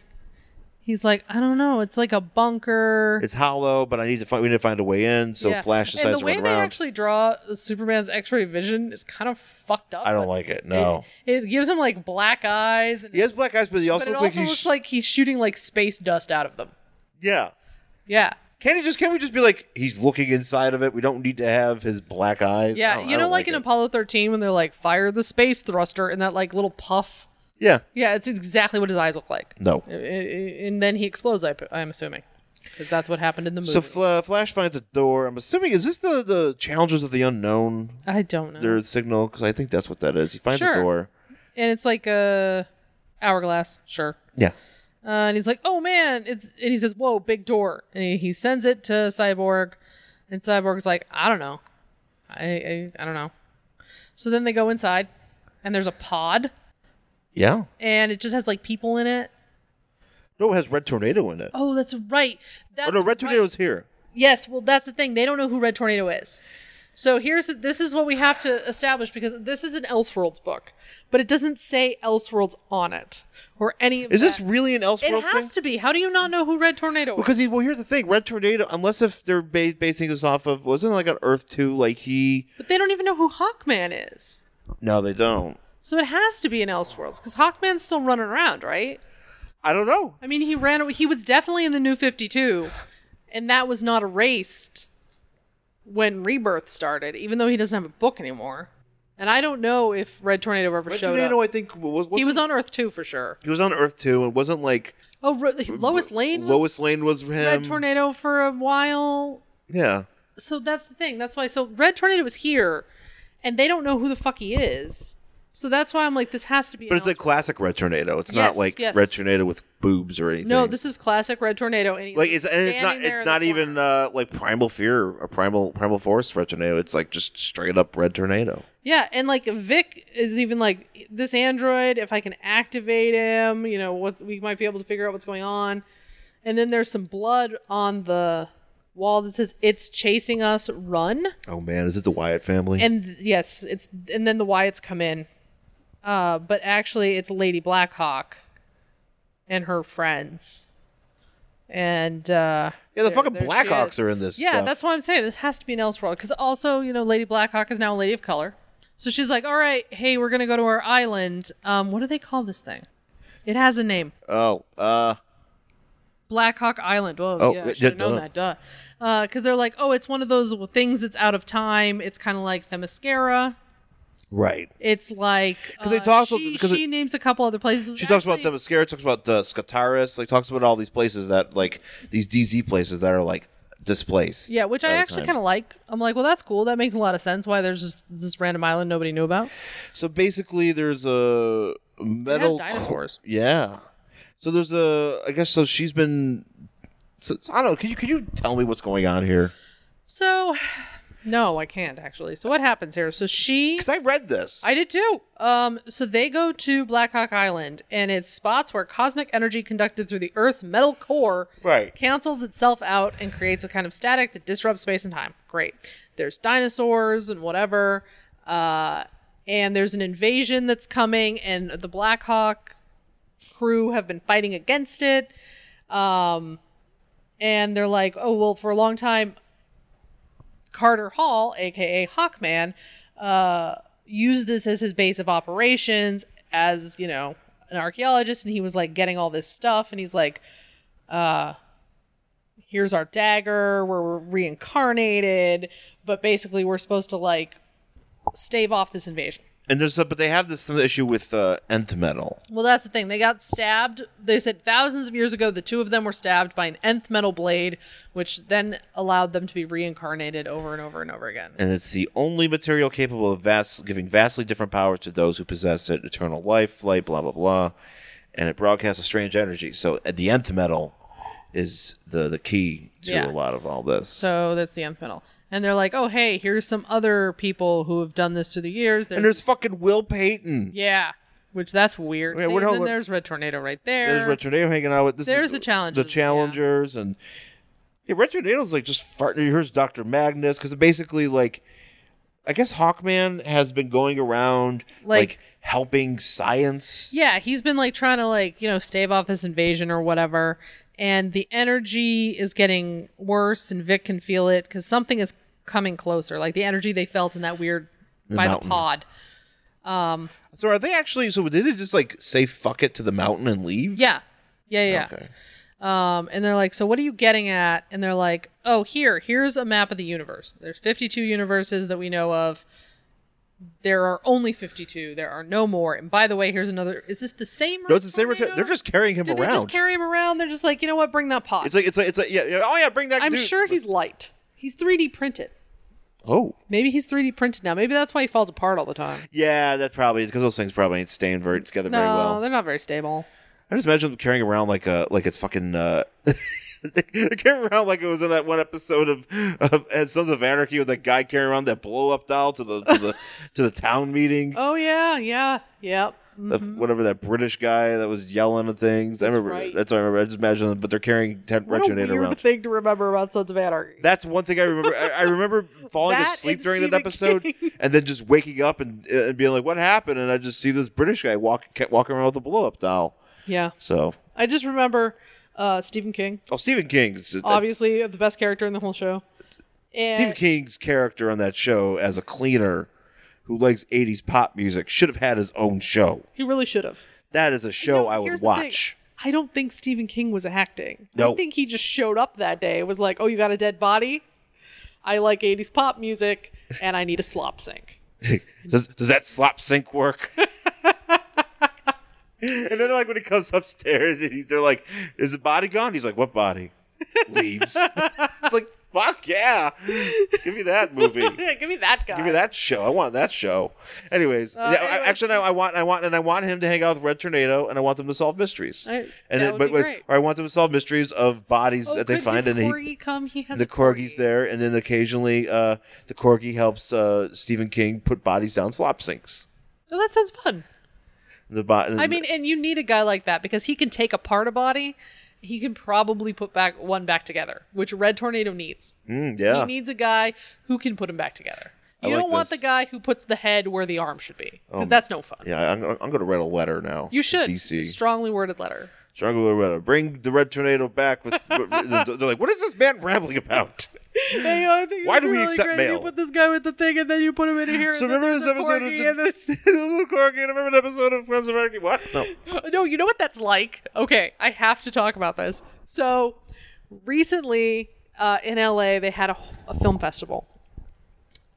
Speaker 1: he's like, I don't know. It's like a bunker.
Speaker 2: It's hollow, but I need to find. We need to find a way in. So
Speaker 1: Yeah.
Speaker 2: Flash
Speaker 1: And
Speaker 2: decides
Speaker 1: the
Speaker 2: to
Speaker 1: way
Speaker 2: run
Speaker 1: they
Speaker 2: around.
Speaker 1: actually draw Superman's X-ray vision is kind of fucked up.
Speaker 2: I don't like it. No,
Speaker 1: It, it gives him like black eyes, and,
Speaker 2: he has black eyes, but he also
Speaker 1: but it
Speaker 2: looks
Speaker 1: also
Speaker 2: like he's.
Speaker 1: looks like he's shooting like space dust out of them.
Speaker 2: yeah.
Speaker 1: Yeah,
Speaker 2: Can't he just? Can't we just be like he's looking inside of it? We don't need to have his black eyes. I
Speaker 1: yeah.
Speaker 2: don't-
Speaker 1: You
Speaker 2: I
Speaker 1: know,
Speaker 2: don't
Speaker 1: like, in
Speaker 2: it.
Speaker 1: Apollo 13 when they're like, fire the space thruster, and that like little puff.
Speaker 2: Yeah.
Speaker 1: Yeah, it's exactly what his eyes look like.
Speaker 2: No.
Speaker 1: I- I- And then he explodes. I, I'm assuming. because that's what happened in the movie.
Speaker 2: So Fla Flash finds a door. I'm assuming is this the the Challengers of the Unknown?
Speaker 1: I don't know.
Speaker 2: Their signal because I think that's what that is. He finds a
Speaker 1: Sure.
Speaker 2: door.
Speaker 1: and it's like a hourglass, sure.
Speaker 2: Yeah.
Speaker 1: Uh, and he's like, "Oh man!" It's, and he says, "Whoa, big door!" And he, he sends it to Cyborg, and Cyborg's like, "I don't know, I, I I don't know." So then they go inside, and there's a pod,
Speaker 2: Yeah.
Speaker 1: and it just has like people in it.
Speaker 2: No, it has Red Tornado in it.
Speaker 1: Oh, that's right. That's
Speaker 2: oh no, Red
Speaker 1: right.
Speaker 2: Tornado's here.
Speaker 1: Yes, well, that's the thing. They don't know who Red Tornado is. So here's the, this is what we have to establish because this is an Elseworlds book, but it doesn't say Elseworlds on it or any. Of
Speaker 2: Is this
Speaker 1: that.
Speaker 2: really an Elseworlds
Speaker 1: It
Speaker 2: thing?
Speaker 1: has to be. How do you not know who Red Tornado is?
Speaker 2: Because he, well, here's the thing: Red Tornado. Unless if they're ba- basing this off of, wasn't it like on Earth Two? Like he?
Speaker 1: But they don't even know who Hawkman is.
Speaker 2: No, they don't.
Speaker 1: So it has to be in Elseworlds because Hawkman's still running around, right?
Speaker 2: I don't know.
Speaker 1: I mean, he ran. away- He was definitely in the New Fifty Two, and that was not erased when Rebirth started, even though he doesn't have a book anymore. And I don't know if Red Tornado ever
Speaker 2: Red
Speaker 1: showed
Speaker 2: Tornado,
Speaker 1: up.
Speaker 2: I think was
Speaker 1: He
Speaker 2: wasn't-
Speaker 1: was on Earth Two for sure.
Speaker 2: He was on Earth Two, and wasn't like
Speaker 1: Oh, Ro- Lois Lane. Was
Speaker 2: Lois Lane was him.
Speaker 1: Red Tornado for a while.
Speaker 2: Yeah.
Speaker 1: so that's the thing. That's why. So Red Tornado was here, and they don't know who the fuck he is. So that's why I'm like, this has to be.
Speaker 2: But
Speaker 1: an
Speaker 2: it's like
Speaker 1: Elseworlds.
Speaker 2: classic Red Tornado. It's
Speaker 1: Yes,
Speaker 2: not like
Speaker 1: yes.
Speaker 2: Red Tornado with boobs or anything.
Speaker 1: no, this is classic Red Tornado. And he's
Speaker 2: like it's
Speaker 1: just
Speaker 2: and it's not
Speaker 1: standing there
Speaker 2: it's
Speaker 1: in
Speaker 2: not
Speaker 1: the corner.
Speaker 2: even uh, like Primal Fear or Primal Primal Force Red Tornado. It's like just straight up Red Tornado.
Speaker 1: Yeah, and like Vic is even like this android. If I can activate him, you know what we might be able to figure out what's going on. And then there's some blood on the wall that says it's chasing us. Run.
Speaker 2: Oh man, is it the Wyatt family?
Speaker 1: And yes, it's and then the Wyatts come in. Uh, but actually it's Lady Blackhawk and her friends. And uh
Speaker 2: yeah, the
Speaker 1: there-
Speaker 2: fucking
Speaker 1: there she
Speaker 2: Blackhawks
Speaker 1: is.
Speaker 2: are in this.
Speaker 1: Yeah,
Speaker 2: stuff.
Speaker 1: that's why I'm saying this has to be an Elseworld because also, you know, Lady Blackhawk is now a lady of color. So she's like, "All right, hey, we're gonna go to our island. Um, what do they call this thing? It has a name.
Speaker 2: Oh, uh,
Speaker 1: Black Hawk Island. Whoa,
Speaker 2: Oh,
Speaker 1: yeah,
Speaker 2: yeah,
Speaker 1: I should have
Speaker 2: duh.
Speaker 1: known that. Duh. Because they're like, oh, it's one of those things that's out of time. It's kind of like the mascara.
Speaker 2: right.
Speaker 1: It's like
Speaker 2: 'Cause they
Speaker 1: uh,
Speaker 2: talk-
Speaker 1: she,
Speaker 2: 'cause
Speaker 1: she names a couple other places.
Speaker 2: She talks about the mascara. Talks about uh, Skataris. Like talks about all these places that like these DZ places that are like displaced.
Speaker 1: Yeah, which I actually kind of like. I'm like, well, that's cool. That makes a lot of sense. Why there's just this random island nobody knew about.
Speaker 2: So basically, there's a metal
Speaker 1: it has dinosaurs.
Speaker 2: Yeah. So there's a. I guess so. She's been. So, so I don't know. Could you could you tell me what's going on here?
Speaker 1: So, no, I can't actually. So what happens here? So she.
Speaker 2: Because I read this.
Speaker 1: I did too. Um, so they go to Black Hawk Island, and it's spots where cosmic energy conducted through the Earth's metal core
Speaker 2: Right.
Speaker 1: cancels itself out and creates a kind of static that disrupts space and time. Great. There's dinosaurs and whatever, uh, and there's an invasion that's coming, and the Black Hawk crew have been fighting against it. Um, and they're like, oh, well, for a long time, Carter Hall, aka Hawkman, uh, used this as his base of operations as, you know, an archaeologist, and he was like getting all this stuff, and he's like, uh, here's our dagger, we're reincarnated, but basically we're supposed to like stave off this invasion.
Speaker 2: and there's a, but they have this issue with uh, nth metal.
Speaker 1: Well, that's the thing. They got stabbed. They said thousands of years ago, the two of them were stabbed by an nth metal blade, which then allowed them to be reincarnated over and over and over again.
Speaker 2: and it's the only material capable of vast, giving vastly different powers to those who possess it eternal life, flight, blah, blah, blah. And it broadcasts a strange energy. So uh, the nth metal is the, the key to
Speaker 1: Yeah.
Speaker 2: a lot of all this.
Speaker 1: So that's the nth metal. And they're like, oh, hey, here's some other people who have done this through the years. There's,
Speaker 2: and there's fucking Will Payton.
Speaker 1: yeah, which that's weird.
Speaker 2: Yeah,
Speaker 1: See,
Speaker 2: what-
Speaker 1: and
Speaker 2: hold
Speaker 1: then
Speaker 2: on.
Speaker 1: there's Red Tornado right there.
Speaker 2: There's Red Tornado hanging out with. This
Speaker 1: There's
Speaker 2: is
Speaker 1: the Challengers,
Speaker 2: The
Speaker 1: yeah.
Speaker 2: Challengers. And yeah, Red Tornado's like just farting. Here's Dr. Magnus. Because basically, like, I guess Hawkman has been going around,
Speaker 1: Like-
Speaker 2: like helping science.
Speaker 1: Yeah, he's been like trying to like, you know, stave off this invasion or whatever. And the energy is getting worse and Vic can feel it cuz something is coming closer. Like the energy they felt in that weird by
Speaker 2: mountain.
Speaker 1: the pod.
Speaker 2: So are they actually? So did they just like say fuck it to the mountain and leave?
Speaker 1: Yeah. Yeah, yeah. yeah.
Speaker 2: Okay.
Speaker 1: Um, and they're like, "So what are you getting at?" And they're like, "Oh, here, here's a map of the universe. There's 52 universes that we know of. There are only 52. There are no more. And by the way, here's another. Is this the same?
Speaker 2: No, it's the same.
Speaker 1: tornado?
Speaker 2: Rota- they're just carrying him
Speaker 1: Oh Did
Speaker 2: around.
Speaker 1: they just carry him around? They're just like, you know what? Bring that pot.
Speaker 2: it's like it's like it's like yeah, yeah. Oh yeah, bring that.
Speaker 1: I'm
Speaker 2: dude.
Speaker 1: sure he's light. He's 3D printed.
Speaker 2: Oh
Speaker 1: Maybe he's 3D printed now. Maybe that's why he falls apart all the time.
Speaker 2: yeah, that probably because those things probably ain't staying very together very
Speaker 1: no,
Speaker 2: well.
Speaker 1: they're not very stable.
Speaker 2: I just imagine them carrying around like a like it's fucking. Uh, they carry around like it was in that one episode of, of as Sons of Anarchy with that guy carrying around that blow up doll to the to the to the town meeting.
Speaker 1: Oh yeah, yeah, yep. Mm.
Speaker 2: The- whatever that British guy that was yelling at things. I remember
Speaker 1: right.
Speaker 2: that's what I remember. I just imagine, them, but they're carrying Ted
Speaker 1: What a weird
Speaker 2: Retronator around.
Speaker 1: thing to remember about Sons of Anarchy.
Speaker 2: That's one thing I remember. I, I remember falling
Speaker 1: That
Speaker 2: asleep
Speaker 1: and
Speaker 2: during that
Speaker 1: Stephen
Speaker 2: episode
Speaker 1: King.
Speaker 2: and then just waking up and, and being like, "What happened?" And I just see this British guy walk, ca- walking around with a blow up doll.
Speaker 1: yeah,
Speaker 2: So,
Speaker 1: I just remember uh, Stephen King,
Speaker 2: oh, Stephen King's it's-
Speaker 1: obviously the best character in the whole show. And
Speaker 2: Stephen King's character on that show as a cleaner who likes '80s pop music should have had his own show.
Speaker 1: he really should have.
Speaker 2: That is a show
Speaker 1: No,
Speaker 2: I would
Speaker 1: here's the thing.
Speaker 2: watch.
Speaker 1: I don't think Stephen King was acting.
Speaker 2: No.
Speaker 1: I think he just showed up that day. and Was like, oh, you got a dead body. I like '80s pop music, and I need a slop sink.
Speaker 2: does, does that slop sink work? and then, like, when he comes upstairs, and he's, they're like, is the body gone? He's like, what body? Leaves. it's like, fuck yeah. Give me that movie.
Speaker 1: Yeah, give me that guy.
Speaker 2: Give me that show. I want that show. Anyways,
Speaker 1: Uh,
Speaker 2: yeah, I,
Speaker 1: anyways.
Speaker 2: actually, no, I want, I want, and I want him to hang out with Red Tornado, and I want them to solve mysteries.
Speaker 1: I- that
Speaker 2: and it-
Speaker 1: would
Speaker 2: but,
Speaker 1: be
Speaker 2: but-
Speaker 1: great.
Speaker 2: or I want them to solve mysteries of bodies
Speaker 1: Oh,
Speaker 2: that they
Speaker 1: could
Speaker 2: find,
Speaker 1: his
Speaker 2: and he,
Speaker 1: corgi come? He has
Speaker 2: the
Speaker 1: a corgi.
Speaker 2: corgi's there, and then occasionally uh, the corgi helps uh, Stephen King put bodies down slop sinks.
Speaker 1: Oh, that sounds fun.
Speaker 2: The bot.
Speaker 1: I mean, and you need a guy like that because he can take apart a body. He can probably put back one back together, which Red Tornado needs.
Speaker 2: Mm, yeah.
Speaker 1: He needs a guy who can put him back together.
Speaker 2: I
Speaker 1: You
Speaker 2: like
Speaker 1: don't want
Speaker 2: this. Um,
Speaker 1: the guy who puts the head where the arm should be because that's no fun.
Speaker 2: yeah, I'm, I'm going to write a letter now.
Speaker 1: You should
Speaker 2: DC.
Speaker 1: strongly worded letter.
Speaker 2: Struggle with letter. Bring the red tornado back. With they're like, what is this man rambling about?
Speaker 1: Hey, yo, I think
Speaker 2: Why
Speaker 1: it'd
Speaker 2: do
Speaker 1: be
Speaker 2: we
Speaker 1: really
Speaker 2: accept
Speaker 1: great if
Speaker 2: mail?
Speaker 1: You put this guy with the thing, and then you put him in here.
Speaker 2: So
Speaker 1: and then
Speaker 2: remember
Speaker 1: there's
Speaker 2: this
Speaker 1: a
Speaker 2: episode of
Speaker 1: corgi and
Speaker 2: the,
Speaker 1: then-
Speaker 2: little corgi? And remember an episode of Friends of Anarchy? What? No.
Speaker 1: no, you know what that's like? Okay, I have to talk about this. So, recently uh, in LA, they had a, a film festival.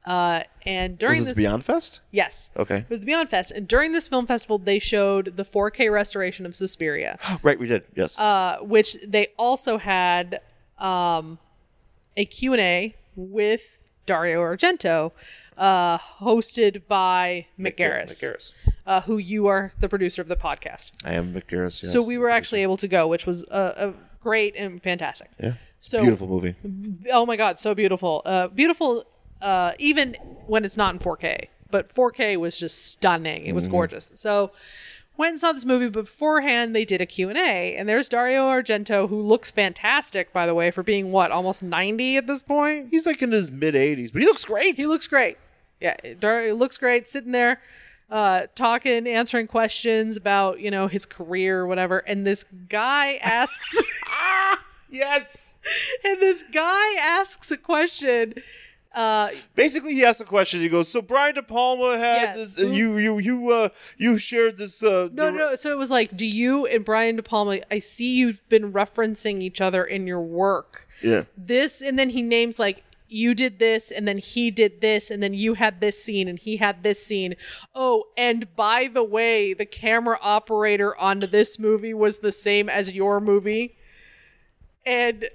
Speaker 1: Uh, and during
Speaker 2: Was it
Speaker 1: this,
Speaker 2: Beyond Fest?
Speaker 1: yes,
Speaker 2: Okay.
Speaker 1: it was the Beyond Fest, and during this film festival, they showed the 4K restoration of Suspiria,
Speaker 2: Right, we did. Yes.
Speaker 1: uh, which they also had um, a Q and A with Dario Argento, uh, hosted by Mick Garris,
Speaker 2: McGarris.
Speaker 1: uh, who you are the producer of the podcast.
Speaker 2: I am McGarris. Yes.
Speaker 1: So we were actually able to go, which was uh, uh, great and fantastic.
Speaker 2: Yeah.
Speaker 1: So
Speaker 2: Beautiful movie.
Speaker 1: Oh my god, so beautiful. Uh, beautiful, uh, even when it's not in 4K. But 4K was just stunning. It was
Speaker 2: Mm-hmm.
Speaker 1: gorgeous. So went and saw this movie but beforehand. They did a Q and A, and there's Dario Argento, who looks fantastic, by the way, for being what almost 90 at this point.
Speaker 2: He's like in his mid 80s, but he looks great.
Speaker 1: He looks great. Yeah, Dar- he looks great sitting there, uh, talking, answering questions about you know his career or whatever. And this guy asks,
Speaker 2: yes.
Speaker 1: and this guy asks a question. Uh,
Speaker 2: Basically, he asked a question. He goes, "So Brian De Palma had
Speaker 1: Yes.
Speaker 2: this, uh, you, you, you, uh, you shared this." Uh,
Speaker 1: no,
Speaker 2: dir-
Speaker 1: no. So it was like, do you and Brian De Palma? I see you've been referencing each other in your work.
Speaker 2: Yeah.
Speaker 1: This, and then he names like. You did this, and then he did this, and then you had this scene, and he had this scene. Oh, and by the way, the camera operator on this movie was the same as your movie. And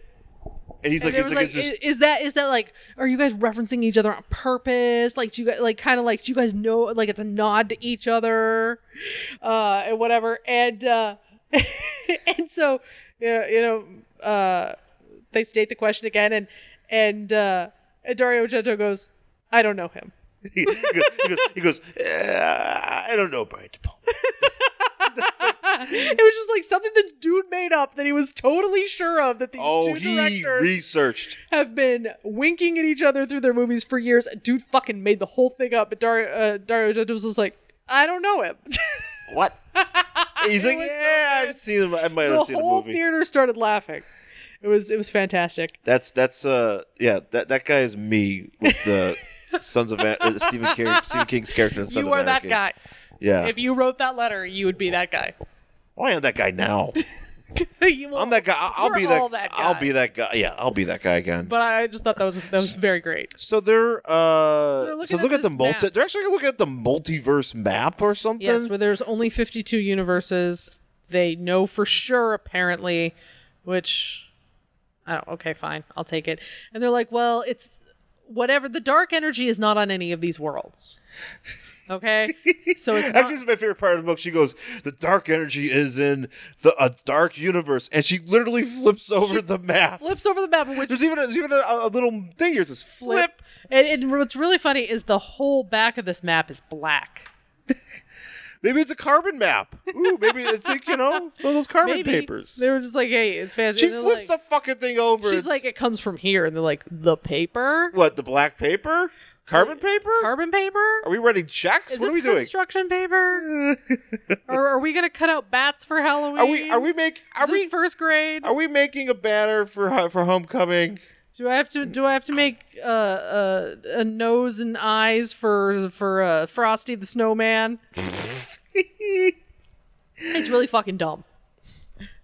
Speaker 2: And he's like,
Speaker 1: and it
Speaker 2: he's
Speaker 1: was
Speaker 2: like,
Speaker 1: like,
Speaker 2: it's just,
Speaker 1: is, is that is that like are you guys referencing each other on purpose? Like do you guys like kind of like do you guys know like it's a nod to each other, uh, and whatever. And uh, and so yeah, you know, uh, they state the question again, and and uh, and Dario Argento goes, I don't know him.
Speaker 2: he goes, he goes, he goes "Uh, I don't know Brian De Palma.
Speaker 1: It was just like something this dude made up that he was totally sure of that these
Speaker 2: Oh,
Speaker 1: two
Speaker 2: he
Speaker 1: directors
Speaker 2: researched.
Speaker 1: have been winking at each other through their movies for years. Dude fucking made the whole thing up, but Dario, uh, Dario Argento was just like, I don't know him.
Speaker 2: What? He's like,
Speaker 1: was so
Speaker 2: yeah, I've seen him. I might
Speaker 1: the
Speaker 2: have seen the
Speaker 1: whole
Speaker 2: movie.
Speaker 1: theater started laughing. It was it was fantastic.
Speaker 2: That's that's uh yeah that that guy is me with the Sons of An- uh, Stephen, King, Stephen King's character in Sons
Speaker 1: you
Speaker 2: of
Speaker 1: are that
Speaker 2: Anarchy.
Speaker 1: guy.
Speaker 2: Yeah.
Speaker 1: If you wrote that letter, you would be that guy.
Speaker 2: Why am that guy now?
Speaker 1: You won't-
Speaker 2: I'm that guy. I'll, I'll
Speaker 1: We're
Speaker 2: be that.
Speaker 1: all that guy.
Speaker 2: I'll be that guy. Yeah, I'll be that guy again.
Speaker 1: But I just thought that was that was very great.
Speaker 2: so they're uh,
Speaker 1: they're looking
Speaker 2: so,
Speaker 1: at
Speaker 2: look at, the
Speaker 1: this
Speaker 2: multi.
Speaker 1: map.
Speaker 2: They're actually looking at the multiverse map or something.
Speaker 1: Yes, where there's only 52 universes. They know for sure, apparently, which I don't. Okay, fine, I'll take it. And they're like, well, it's whatever. The dark energy is not on any of these worlds. Okay, so it's not,
Speaker 2: Actually, this is my favorite part of the book. She goes, "The dark energy is in the a dark universe," and she literally flips over the map.
Speaker 1: flips over the map, which
Speaker 2: There's even a, there's even a, a little thing here. It says flip.
Speaker 1: flip. And, and what's really funny is the whole back of this map is black.
Speaker 2: Maybe it's a carbon map. Ooh, maybe it's like you know, it's all those carbon
Speaker 1: Maybe
Speaker 2: papers.
Speaker 1: they were just like, hey, it's fancy.
Speaker 2: She
Speaker 1: And they're
Speaker 2: flips
Speaker 1: like,
Speaker 2: the fucking thing over.
Speaker 1: She's
Speaker 2: It's-
Speaker 1: like, it comes from here, and they're like, the paper,
Speaker 2: "What? The black paper? Carbon paper?
Speaker 1: carbon paper.
Speaker 2: Are we writing checks?
Speaker 1: Is
Speaker 2: what
Speaker 1: this
Speaker 2: are we doing?
Speaker 1: construction paper? or are we gonna cut out bats for Halloween?
Speaker 2: Are we? Are we make? Are
Speaker 1: Is this
Speaker 2: we?
Speaker 1: first grade?
Speaker 2: Are we making a banner for ho- for homecoming?
Speaker 1: do I have to? Do I have to make uh, uh, a nose and eyes for for uh, Frosty the Snowman? it's really fucking dumb.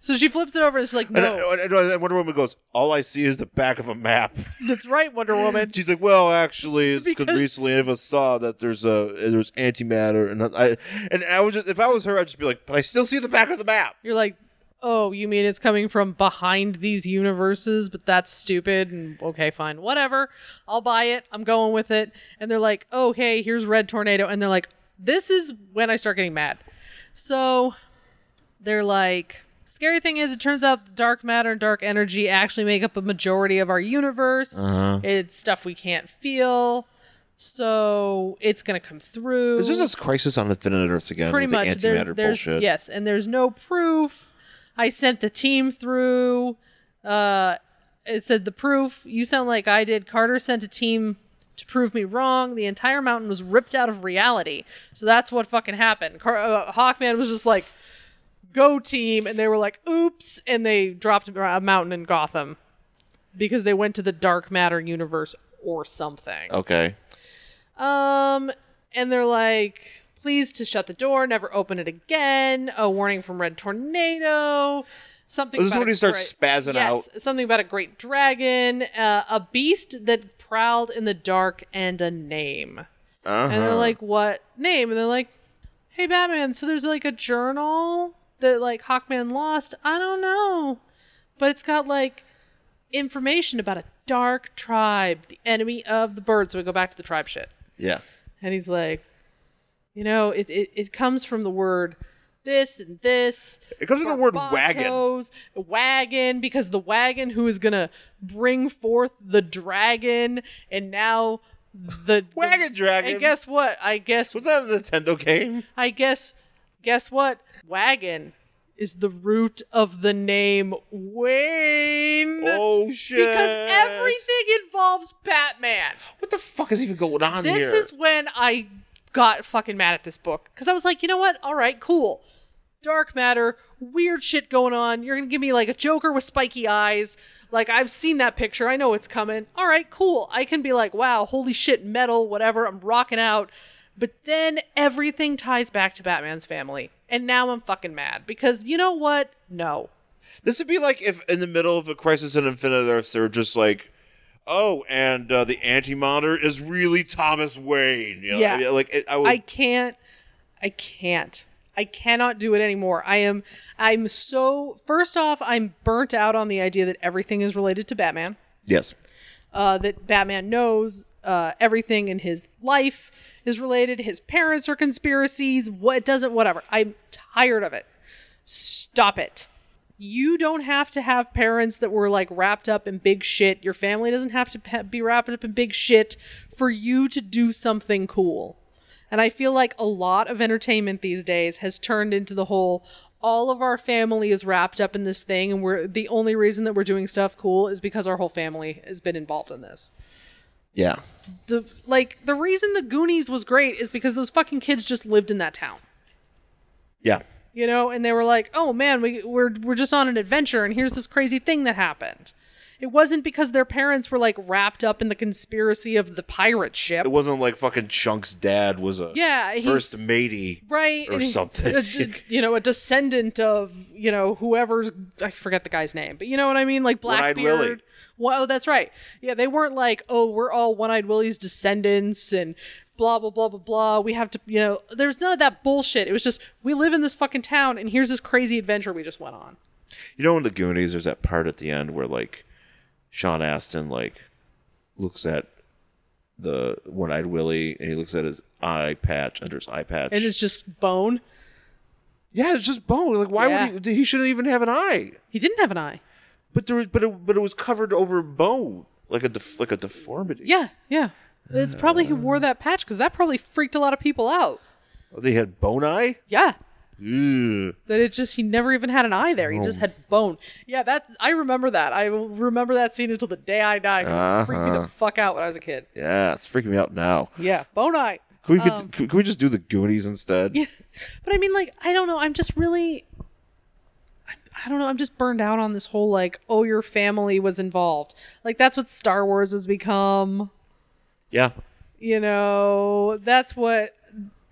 Speaker 1: So she flips it over and she's like,
Speaker 2: And,
Speaker 1: "No,
Speaker 2: and- and- and Wonder Woman goes, "All I see is the back of a map."
Speaker 1: that's right, Wonder Woman."
Speaker 2: She's like, "Well, actually, it's 'cause
Speaker 1: Because-
Speaker 2: recently if I saw that there's a there's antimatter, and I and I would just if I was her, I'd just be like, but I still see the back of the map."
Speaker 1: You're like, "Oh, you mean it's coming from behind these universes?" But that's stupid. And okay, fine, whatever. I'll buy it. I'm going with it. And they're like, "Oh, hey, here's Red Tornado." And they're like, "This is when I start getting mad." So they're like, "Scary thing is, it turns out dark matter and dark energy actually make up a majority of our universe.
Speaker 2: Uh-huh.
Speaker 1: It's stuff we can't feel." So it's gonna come through
Speaker 2: Is this this crisis on Infinite Earths again?
Speaker 1: pretty
Speaker 2: with the
Speaker 1: much there-
Speaker 2: antimatter
Speaker 1: there's
Speaker 2: bullshit.
Speaker 1: yes and there's no proof i sent the team through uh it said the proof you sound like i did carter sent a team to prove me wrong the entire mountain was ripped out of reality so that's what fucking happened Car- uh, hawkman was just like go team and they were like oops and they dropped a mountain in gotham because they went to the dark matter universe or something
Speaker 2: Okay.
Speaker 1: um, and they're like, please to shut the door, never open it again. A warning from Red Tornado. Something.
Speaker 2: Oh, This is
Speaker 1: about
Speaker 2: when
Speaker 1: a
Speaker 2: he starts
Speaker 1: great-
Speaker 2: spazzing
Speaker 1: yes, Something about a great dragon, uh, a beast that prowled in the dark, and a name.
Speaker 2: Uh-huh.
Speaker 1: And they're like, what name? And they're like, hey, Batman. So there's like a journal that like Hawkman lost. I don't know, but it's got like information about a dark tribe, the enemy of the bird. So we go back to the tribe shit.
Speaker 2: Yeah.
Speaker 1: And he's like, you know, it, it, it comes from the word this and this.
Speaker 2: It comes with the word wagon.
Speaker 1: Barbatos, Wagon, because the wagon who is going to bring forth the dragon, and now the.
Speaker 2: Wagon dragon.
Speaker 1: And guess what? I guess.
Speaker 2: was that a Nintendo game?
Speaker 1: I guess. Guess what? Wagon is the root of the name Wayne.
Speaker 2: Oh shit!
Speaker 1: Because everything involves Batman.
Speaker 2: What the fuck is even going on
Speaker 1: This
Speaker 2: here?
Speaker 1: is when I got fucking mad at this book because I was like, you know what? All right, cool. Dark matter, weird shit going on. You're gonna give me like a Joker with spiky eyes. Like I've seen that picture. I know it's coming. All right, cool. I can be like, wow, holy shit, metal, whatever. I'm rocking out. But then everything ties back to Batman's family, and now I'm fucking mad because you know what? No.
Speaker 2: This would be like if in the middle of a crisis in Infinite Earths, they were just like, "Oh, and uh, the anti-monitor is really Thomas Wayne." You know,
Speaker 1: Yeah.
Speaker 2: I mean, like it, I would.
Speaker 1: I can't. I can't. I cannot do it anymore. I am. I'm so. First off, I'm burnt out on the idea that everything is related to Batman.
Speaker 2: yes.
Speaker 1: Uh, that Batman knows uh, everything in his life is related. His parents are conspiracies. What it doesn't. Whatever. I'm tired of it. Stop it. You don't have to have parents that were like wrapped up in big shit. Your family doesn't have to pe- be wrapped up in big shit for you to do something cool. And I feel like a lot of entertainment these days has turned into the whole all of our family is wrapped up in this thing and we're the only reason that we're doing stuff cool is because our whole family has been involved in this.
Speaker 2: Yeah.
Speaker 1: The like the reason the Goonies was great is because those fucking kids just lived in that town
Speaker 2: Yeah.
Speaker 1: you know and they were like oh man we, we're, we're just on an adventure and here's this crazy thing that happened It wasn't because their parents were like wrapped up in the conspiracy of the pirate ship.
Speaker 2: It wasn't like fucking Chunk's dad was a
Speaker 1: Yeah, he-
Speaker 2: first matey.
Speaker 1: right
Speaker 2: or
Speaker 1: and he- uh,
Speaker 2: something.
Speaker 1: a d- you know a descendant of you know whoever's i forget the guy's name but you know what i mean like
Speaker 2: One-Eyed
Speaker 1: blackbeard
Speaker 2: Willie.
Speaker 1: well that's right yeah they weren't like oh we're all one-eyed willie's descendants and blah blah blah blah blah we have to you know there's none of that bullshit it was just we live in this fucking town and here's this crazy adventure we just went on
Speaker 2: You know, in the Goonies, there's that part at the end where like Sean Astin like looks at the one-eyed Willie and he looks at his eye patch under his eye patch.
Speaker 1: and it's just bone
Speaker 2: yeah, it's just bone. Like, why
Speaker 1: Yeah.
Speaker 2: would he? He shouldn't even have an eye.
Speaker 1: he didn't have an eye
Speaker 2: But there, was, but it, but it was covered over bone, like a def, like a deformity.
Speaker 1: yeah yeah it's probably he wore that patch because that probably freaked a lot of people out
Speaker 2: Oh, They had bone eye.
Speaker 1: yeah
Speaker 2: Ugh.
Speaker 1: that it just he never even had an eye there. He just had bone. Yeah, that I remember that. I will remember that scene until the day I die. 'cause It freaked
Speaker 2: Uh-huh.
Speaker 1: me the fuck out when I was a kid.
Speaker 2: Yeah, it's freaking me out now.
Speaker 1: Yeah, bone eye.
Speaker 2: Can we get, can, can we just do the Goonies instead?
Speaker 1: Um, Yeah, but I mean, like, I don't know. I'm just really, I, I don't know. I'm just burned out on this whole like, oh, your family was involved. Like that's what Star Wars has become.
Speaker 2: Yeah.
Speaker 1: You know, that's what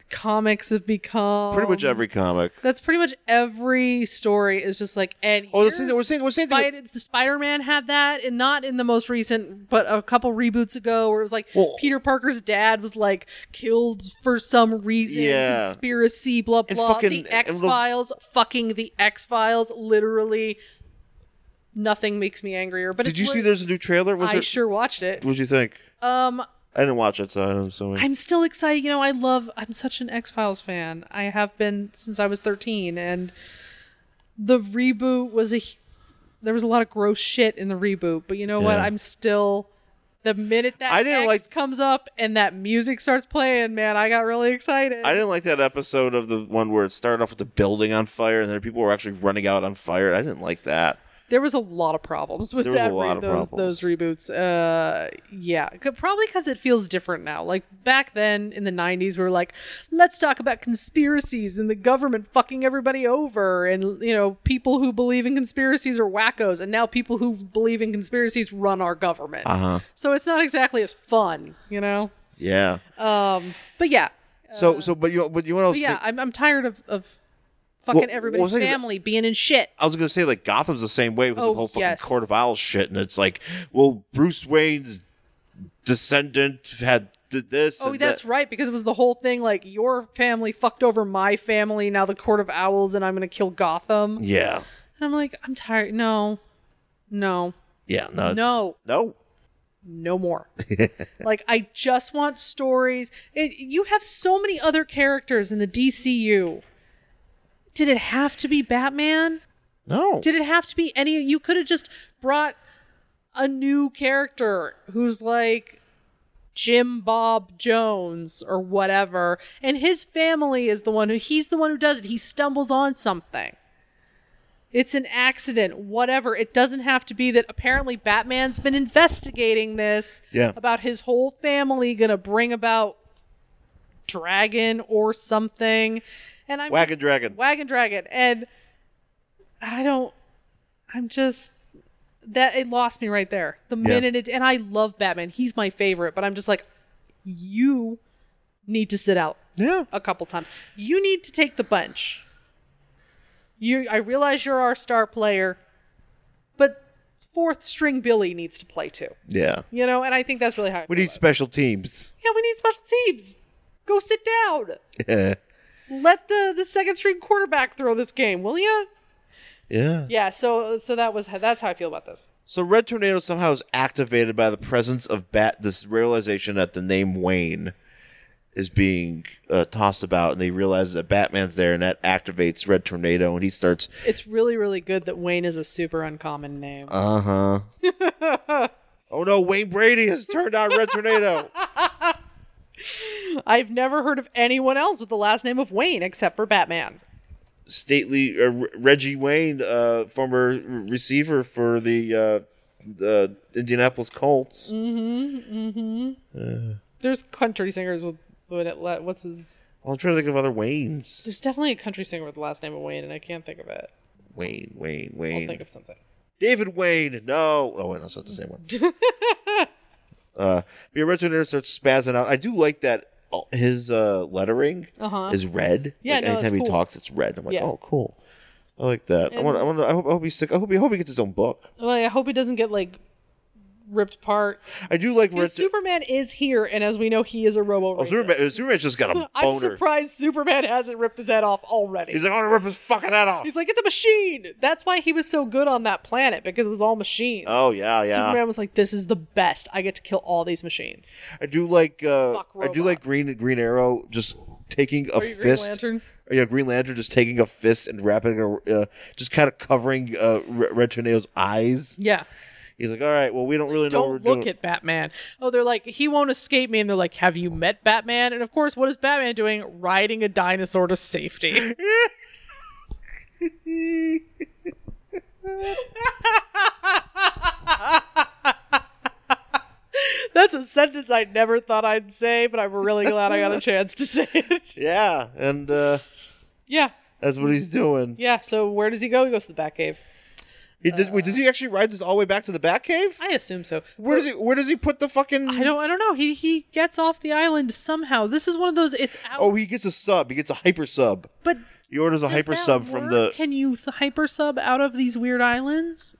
Speaker 1: comics have become.
Speaker 2: Pretty much every comic.
Speaker 1: That's pretty much every story is just like and
Speaker 2: Oh, the thing
Speaker 1: here's
Speaker 2: that we're saying- we're saying that-
Speaker 1: Spider, the Spider-Man had that, and not in the most recent, but a couple reboots ago, where it was like
Speaker 2: Well-
Speaker 1: Peter Parker's dad was like killed for some reason,
Speaker 2: Yeah.
Speaker 1: conspiracy, blah
Speaker 2: And
Speaker 1: blah.
Speaker 2: fucking-
Speaker 1: the
Speaker 2: and the-
Speaker 1: X Files, fucking the X Files, literally. Nothing makes me angrier. But
Speaker 2: Did
Speaker 1: it's
Speaker 2: you see
Speaker 1: lit-
Speaker 2: there's a new trailer? Was
Speaker 1: I
Speaker 2: there,
Speaker 1: sure watched it.
Speaker 2: What'd you think?
Speaker 1: Um,
Speaker 2: I didn't watch it, so I'm assuming.
Speaker 1: I'm still excited. You know, I love. I'm such an X Files fan. I have been since I was 13, and the reboot was a. h- There was a lot of gross shit in the reboot, but you know what?
Speaker 2: Yeah.
Speaker 1: I'm still. The minute that
Speaker 2: I didn't
Speaker 1: X
Speaker 2: like-
Speaker 1: comes up and that music starts playing, man, I got really excited.
Speaker 2: I didn't like that episode of the one where it started off with the building on fire and then people were actually running out on fire. I didn't like that.
Speaker 1: there was a lot of problems with
Speaker 2: There was
Speaker 1: that.
Speaker 2: a lot
Speaker 1: re-
Speaker 2: of
Speaker 1: those,
Speaker 2: problems.
Speaker 1: those reboots. Uh, yeah, C- probably because it feels different now. Like back then in the '90s, we were like, let's talk about conspiracies and the government fucking everybody over, and you know, people who believe in conspiracies are wackos, and now people who believe in conspiracies run our government.
Speaker 2: Uh-huh.
Speaker 1: So it's not exactly as fun, you know.
Speaker 2: Yeah.
Speaker 1: Um, but yeah,
Speaker 2: so so but you but you know what else
Speaker 1: but yeah,
Speaker 2: think-
Speaker 1: I'm, I'm tired of of fucking
Speaker 2: Well,
Speaker 1: everybody's
Speaker 2: well, think of the-
Speaker 1: family being in shit.
Speaker 2: I was gonna say like Gotham's the same way because
Speaker 1: Oh,
Speaker 2: the whole fucking
Speaker 1: yes.
Speaker 2: Court of Owls shit, and it's like, well, Bruce Wayne's descendant had did this.
Speaker 1: Oh,
Speaker 2: and
Speaker 1: that's
Speaker 2: that.
Speaker 1: right, because it was the whole thing like your family fucked over my family, now the Court of Owls, and I'm gonna kill Gotham. And
Speaker 2: Yeah,
Speaker 1: I'm like, I'm tired. No, no,
Speaker 2: yeah, no, it's-
Speaker 1: No.
Speaker 2: no.
Speaker 1: no more. like, I just want stories. It, you have so many other characters in the DCU. Did it have to be Batman?
Speaker 2: No.
Speaker 1: Did it have to be any? You could have just brought a new character who's like Jim Bob Jones or whatever, and his family is the one who he's the one who does it. He stumbles on something. It's an accident, whatever. It doesn't have to be that apparently Batman's been investigating this
Speaker 2: Yeah.
Speaker 1: about his whole family gonna bring about dragon or something. And I'm
Speaker 2: Wagon
Speaker 1: just-
Speaker 2: Dragon.
Speaker 1: Wagon Dragon. And I don't I'm just that it lost me right there. The minute it and I love Batman. He's my favorite, but I'm just like you need to sit out
Speaker 2: yeah.
Speaker 1: a couple times. You need to take the bunch. You I realize you're our star player, but fourth string Billy needs to play too.
Speaker 2: Yeah.
Speaker 1: You know, and I think that's really how I
Speaker 2: We
Speaker 1: feel
Speaker 2: need
Speaker 1: about
Speaker 2: special teams.
Speaker 1: it. Yeah, we need special teams. Go sit down.
Speaker 2: yeah.
Speaker 1: Let the the second string quarterback throw this game, will you?
Speaker 2: Yeah.
Speaker 1: Yeah, so so that was that's how I feel about this.
Speaker 2: So Red Tornado somehow is activated by the presence of Bat. This realization that the name Wayne is being uh, tossed about, and they realize that Batman's there, and that activates Red Tornado, and he starts.
Speaker 1: It's really really good that Wayne is a super uncommon name.
Speaker 2: Uh huh. oh no, Wayne Brady has turned on Red Tornado.
Speaker 1: I've never heard of anyone else with the last name of Wayne except for Batman.
Speaker 2: Stately uh, Re- Reggie Wayne, uh, former re- receiver for the uh, the Indianapolis Colts.
Speaker 1: Mm. There's country singers with with it le- what's his
Speaker 2: Well, I'm trying to think of other Waynes.
Speaker 1: There's definitely a country singer with the last name of Wayne and I can't think of it.
Speaker 2: Wayne, Wayne,
Speaker 1: I'll
Speaker 2: Wayne.
Speaker 1: think of something.
Speaker 2: David Wayne, no. Oh, wait, that's not the same one. uh, the original nerd starts spazzing out. I do like that uh, his uh, lettering
Speaker 1: Uh-huh.
Speaker 2: is red.
Speaker 1: Yeah,
Speaker 2: Like,
Speaker 1: no,
Speaker 2: anytime
Speaker 1: it's
Speaker 2: he
Speaker 1: cool.
Speaker 2: talks, it's red. I'm like,
Speaker 1: Yeah.
Speaker 2: oh, cool. I like that. I want. I want. I hope. I hope he's sick. I hope. He, I hope he gets his own book.
Speaker 1: Well, I hope it doesn't get like ripped apart.
Speaker 2: I do like.
Speaker 1: Because
Speaker 2: Rift-
Speaker 1: Superman is here, and as we know, he is a robo
Speaker 2: oh,
Speaker 1: racist.
Speaker 2: Superman. Superman's just got a
Speaker 1: I'm
Speaker 2: boner.
Speaker 1: surprised Superman hasn't ripped his head off already.
Speaker 2: He's like, I want to rip his fucking head off.
Speaker 1: He's like, it's a machine. That's why he was so good on that planet because it was all machines.
Speaker 2: oh yeah, yeah.
Speaker 1: Superman was like, this is the best. I get to kill all these machines.
Speaker 2: I do like. Uh,
Speaker 1: Fuck
Speaker 2: I do like
Speaker 1: robots.
Speaker 2: Green Green Arrow just taking a
Speaker 1: Are you Green
Speaker 2: fist.
Speaker 1: Lantern?
Speaker 2: Or, yeah, Green Lantern just taking a fist and wrapping, it, uh, just kind of covering uh, Re- Red Tornado's eyes.
Speaker 1: Yeah.
Speaker 2: He's like, all right, well, we don't really know.
Speaker 1: Don't
Speaker 2: what we're
Speaker 1: look
Speaker 2: doing.
Speaker 1: at Batman. Oh, they're like, he won't escape me. And they're like, have you met Batman? And of course, what is Batman doing? Riding a dinosaur to safety. That's a sentence I never thought I'd say, but I'm really glad I got a chance to say it.
Speaker 2: yeah, and uh,
Speaker 1: Yeah.
Speaker 2: that's what he's doing.
Speaker 1: Yeah. So where does he go? He goes to the Batcave.
Speaker 2: He did. wait, does he actually ride this all the way back to the Batcave?
Speaker 1: I assume so.
Speaker 2: Where does he? Where does he put the fucking?
Speaker 1: I don't. I don't know. He he gets off the island somehow. This is one of those. It's out.
Speaker 2: Oh, he gets a sub. He gets a hyper sub.
Speaker 1: but
Speaker 2: He orders a
Speaker 1: does
Speaker 2: hyper
Speaker 1: that
Speaker 2: sub from
Speaker 1: work?
Speaker 2: the.
Speaker 1: Can you th- hyper sub out of these weird islands?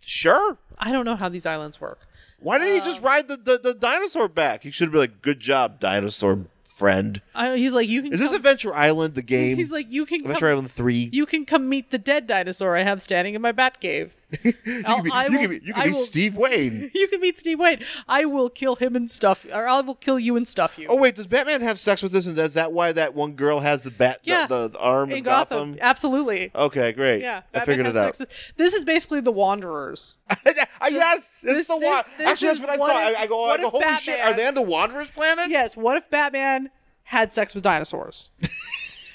Speaker 2: Sure.
Speaker 1: I don't know how these islands work.
Speaker 2: Why didn't he just
Speaker 1: Um,
Speaker 2: ride the, the, the dinosaur back? He should have been like, "Good job, dinosaur friend."
Speaker 1: I, he's like, you can.
Speaker 2: Is this
Speaker 1: come-
Speaker 2: Adventure Island the game?
Speaker 1: He's like, you can. Come,
Speaker 2: Adventure Island Three.
Speaker 1: you can come meet the dead dinosaur I have standing in my bat cave.
Speaker 2: You could be,
Speaker 1: I
Speaker 2: you could
Speaker 1: will-
Speaker 2: be, you
Speaker 1: I
Speaker 2: could be
Speaker 1: will-
Speaker 2: Steve Wayne.
Speaker 1: You can meet Steve Wayne. I will kill him and stuff, or I will kill you and stuff you.
Speaker 2: Oh wait, does Batman have sex with this? And is that why that one girl has the bat, the-
Speaker 1: Yeah.
Speaker 2: the, the, arm in,
Speaker 1: in Gotham, absolutely.
Speaker 2: Okay, great.
Speaker 1: Yeah,
Speaker 2: I
Speaker 1: Batman
Speaker 2: figured
Speaker 1: has
Speaker 2: it out.
Speaker 1: sex with- this is basically the Wanderers.
Speaker 2: Ah, yes, it's
Speaker 1: this-
Speaker 2: the one.
Speaker 1: this- this
Speaker 2: Actually,
Speaker 1: is
Speaker 2: that's what I
Speaker 1: what
Speaker 2: thought.
Speaker 1: if-
Speaker 2: I, I go, oh, I
Speaker 1: what
Speaker 2: go,
Speaker 1: if
Speaker 2: holy shit, are
Speaker 1: Batman-
Speaker 2: they on the Wanderer's planet?
Speaker 1: Yes, what if Batman had sex with dinosaurs?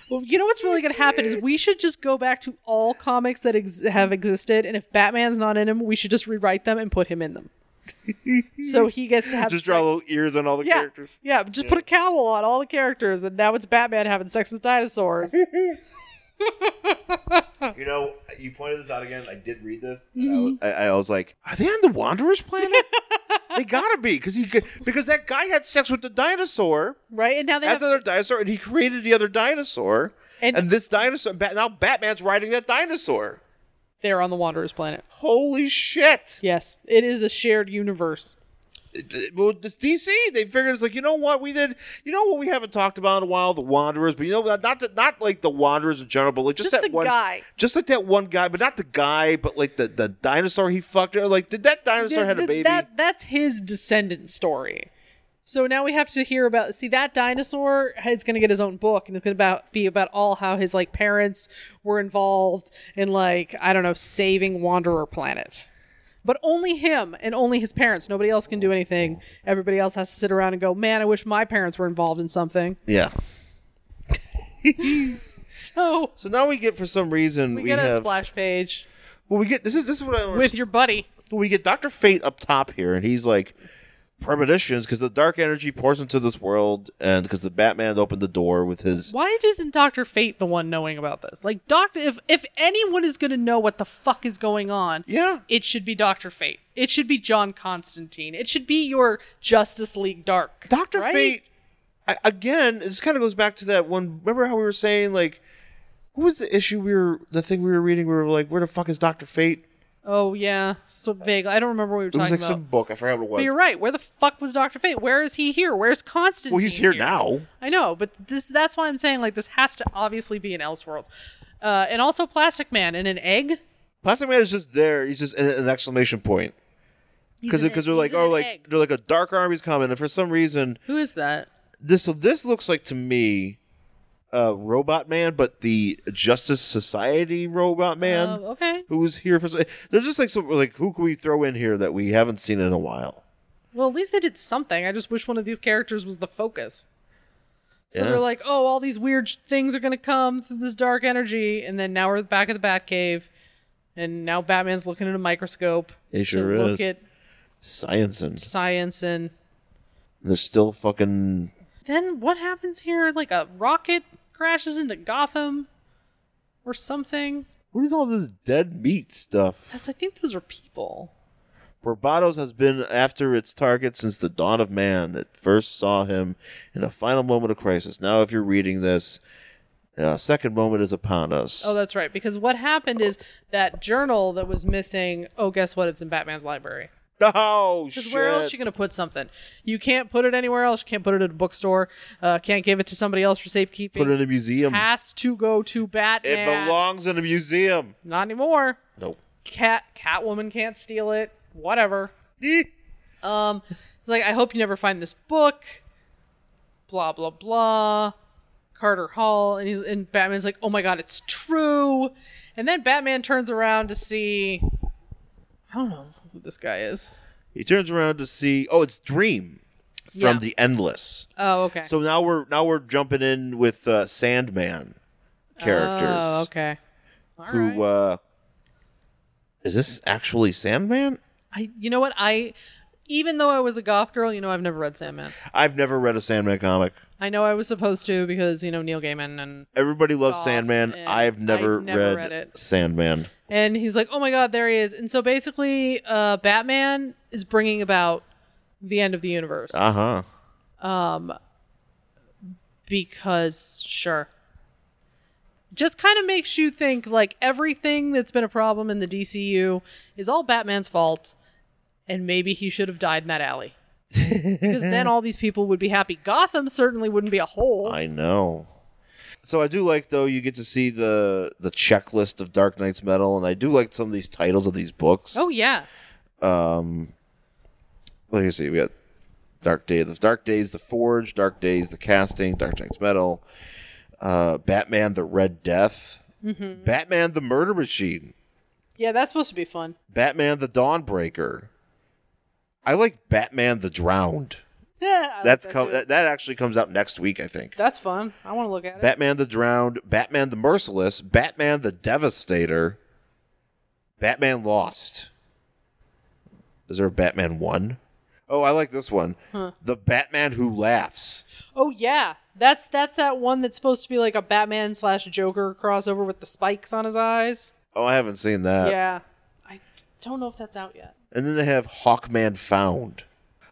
Speaker 1: well, you know what's really going to happen is we should just go back to all comics that ex- have existed, and if Batman's not in them, we should just rewrite them and put him in them. so he gets to have sex-
Speaker 2: Just draw little ears on all the
Speaker 1: yeah,
Speaker 2: characters.
Speaker 1: yeah, just put a cowl on all the characters, and now it's Batman having sex with dinosaurs.
Speaker 2: You know, you pointed this out again. I did read this. and I, was, I, I was like, are they on the Wanderer's planet? they gotta be because he could- because that guy had sex with the dinosaur.
Speaker 1: right, and now they
Speaker 2: That's
Speaker 1: have
Speaker 2: another dinosaur, and he created the other dinosaur. And,
Speaker 1: And-
Speaker 2: this dinosaur, Bat- now Batman's riding that dinosaur.
Speaker 1: they're on the Wanderer's planet.
Speaker 2: Holy shit!
Speaker 1: Yes, it is a shared universe.
Speaker 2: It- it- Well, it's DC. They figured it's like you know what we did. You know what we haven't talked about in a while, the Wanderers. But you know not not, the, not like the Wanderers in general, but like just,
Speaker 1: Just
Speaker 2: that
Speaker 1: the
Speaker 2: one
Speaker 1: guy.
Speaker 2: just like that one guy, but not the guy, but like the the dinosaur he fucked. Or like did that dinosaur had
Speaker 1: Th-
Speaker 2: a baby?
Speaker 1: th- That that's his descendant story. So now we have to hear about see that dinosaur is going to get his own book and it's going to about be about all how his like parents were involved in like I don't know saving Wanderer Planet. But only him and only his parents. Nobody else can do anything. Everybody else has to sit around and go, "Man, I wish my parents were involved in something."
Speaker 2: yeah.
Speaker 1: So
Speaker 2: So now we get for some reason we,
Speaker 1: we, get a
Speaker 2: have
Speaker 1: splash page
Speaker 2: well we get this is this is what I don't
Speaker 1: with your buddy.
Speaker 2: we get Doctor Fate up top here, and he's like premonitions because the dark energy pours into this world, and because the Batman opened the door with his.
Speaker 1: Why isn't Doctor Fate the one knowing about this? Like Doctor, if if anyone is going to know what the fuck is going on,
Speaker 2: Yeah,
Speaker 1: it should be Doctor Fate. It should be John Constantine. It should be your Justice League Dark.
Speaker 2: Doctor
Speaker 1: right?
Speaker 2: Fate. I, again, this kind of goes back to that one. Remember how we were saying like, what was the issue we were the thing we were reading? We were like, where the fuck is Doctor Fate?
Speaker 1: Oh yeah, so vague. I don't remember what we were
Speaker 2: It was
Speaker 1: talking
Speaker 2: like
Speaker 1: about.
Speaker 2: some book. I forgot what
Speaker 1: But
Speaker 2: it
Speaker 1: you're
Speaker 2: was.
Speaker 1: right. Where the fuck was Doctor Fate? Where is he here? Where's Constantine?
Speaker 2: Well, he's here now.
Speaker 1: I know, but this that's why I'm saying like this has to obviously be an Elseworld. Uh, and also Plastic Man and an egg.
Speaker 2: Plastic Man is just there. He's just an, an exclamation point
Speaker 1: He's
Speaker 2: because
Speaker 1: an
Speaker 2: because
Speaker 1: egg.
Speaker 2: they're like,
Speaker 1: He's in
Speaker 2: oh,
Speaker 1: an
Speaker 2: like
Speaker 1: egg.
Speaker 2: they're like a dark army's coming, and for some reason
Speaker 1: who is that?
Speaker 2: this so this looks like to me uh robot man but the justice society robot man
Speaker 1: Um, okay.
Speaker 2: who's here for there's just like some like who can we throw in here that we haven't seen in a while
Speaker 1: Well, at least they did something. I just wish one of these characters was the focus. So
Speaker 2: Yeah.
Speaker 1: they're like, oh, all these weird sh- things are going to come through this dark energy. And then now we're back at the Batcave. And now Batman's looking at a microscope.
Speaker 2: He sure
Speaker 1: to
Speaker 2: is.
Speaker 1: Look at
Speaker 2: science and
Speaker 1: science. And
Speaker 2: there's still fucking
Speaker 1: then what happens here? Like a rocket crashes into Gotham or something.
Speaker 2: What is all this dead meat stuff?
Speaker 1: That's I think those are people.
Speaker 2: Barbados has been after its target since the dawn of man that first saw him in a final moment of crisis. Now, if you're reading this, uh, second moment is upon us.
Speaker 1: Oh, that's right. Because what happened is that journal that was missing. Oh, guess what? It's in Batman's library.
Speaker 2: Oh,
Speaker 1: Because where else you gonna put something? You can't put it anywhere else. You can't put it at a bookstore. Uh, can't give it to somebody else for safekeeping.
Speaker 2: put it in a museum?
Speaker 1: Has to go to
Speaker 2: It
Speaker 1: Batman.
Speaker 2: belongs in a museum.
Speaker 1: Not anymore.
Speaker 2: Nope.
Speaker 1: Cat Catwoman can't steal it. Whatever.
Speaker 2: Eh.
Speaker 1: Um, it's like I hope you never find this book. Blah blah blah. Carter Hall and he's, and Batman's like, oh my god, it's true. And then Batman turns around to see, I don't know who this guy is.
Speaker 2: He turns around to see. Oh, it's Dream from
Speaker 1: Yeah.
Speaker 2: the Endless.
Speaker 1: Oh okay.
Speaker 2: So now we're now we're jumping in with uh, Sandman characters.
Speaker 1: Oh okay. All right.
Speaker 2: Who uh, is this actually Sandman?
Speaker 1: I you know what I, even though I was a goth girl, you know I've never read Sandman.
Speaker 2: I've never read a Sandman comic.
Speaker 1: I know I was supposed to because you know Neil Gaiman and
Speaker 2: Everybody loves
Speaker 1: Goth,
Speaker 2: Sandman.
Speaker 1: and
Speaker 2: I've never,
Speaker 1: I've never
Speaker 2: read,
Speaker 1: read it.
Speaker 2: Sandman.
Speaker 1: and he's like, "Oh my God, there he is!" And so basically, uh, Batman is bringing about the end of the universe
Speaker 2: Uh huh.
Speaker 1: because sure, just kind of makes you think like everything that's been a problem in the DCU is all Batman's fault, and maybe he should have died in that alley because then all these people would be happy. Gotham certainly wouldn't be a hole.
Speaker 2: I know. So I do like though you get to see the the checklist of Dark Knight's Metal, and I do like some of these titles of these books.
Speaker 1: oh yeah,
Speaker 2: Like you see, we got Dark Day, the Dark Days, the Forge, Dark Days, the Casting, Dark Knight's Metal, uh, Batman, the Red Death, Batman, the Murder Machine,
Speaker 1: yeah, that's supposed to be fun.
Speaker 2: Batman, the Dawnbreaker. I like Batman, the Drowned.
Speaker 1: Yeah,
Speaker 2: That's com- that, that actually comes out next week, I think.
Speaker 1: that's fun. I want to look at it.
Speaker 2: Batman the Drowned, Batman the Merciless, Batman the Devastator, Batman Lost. Is there a Batman 1? Oh, I like this one. The Batman Who Laughs.
Speaker 1: Oh yeah, that's that's that one that's supposed to be like a Batman slash Joker crossover with the spikes on his eyes.
Speaker 2: Oh, I haven't seen that.
Speaker 1: yeah, I don't know if that's out yet.
Speaker 2: And then they have Hawkman Found.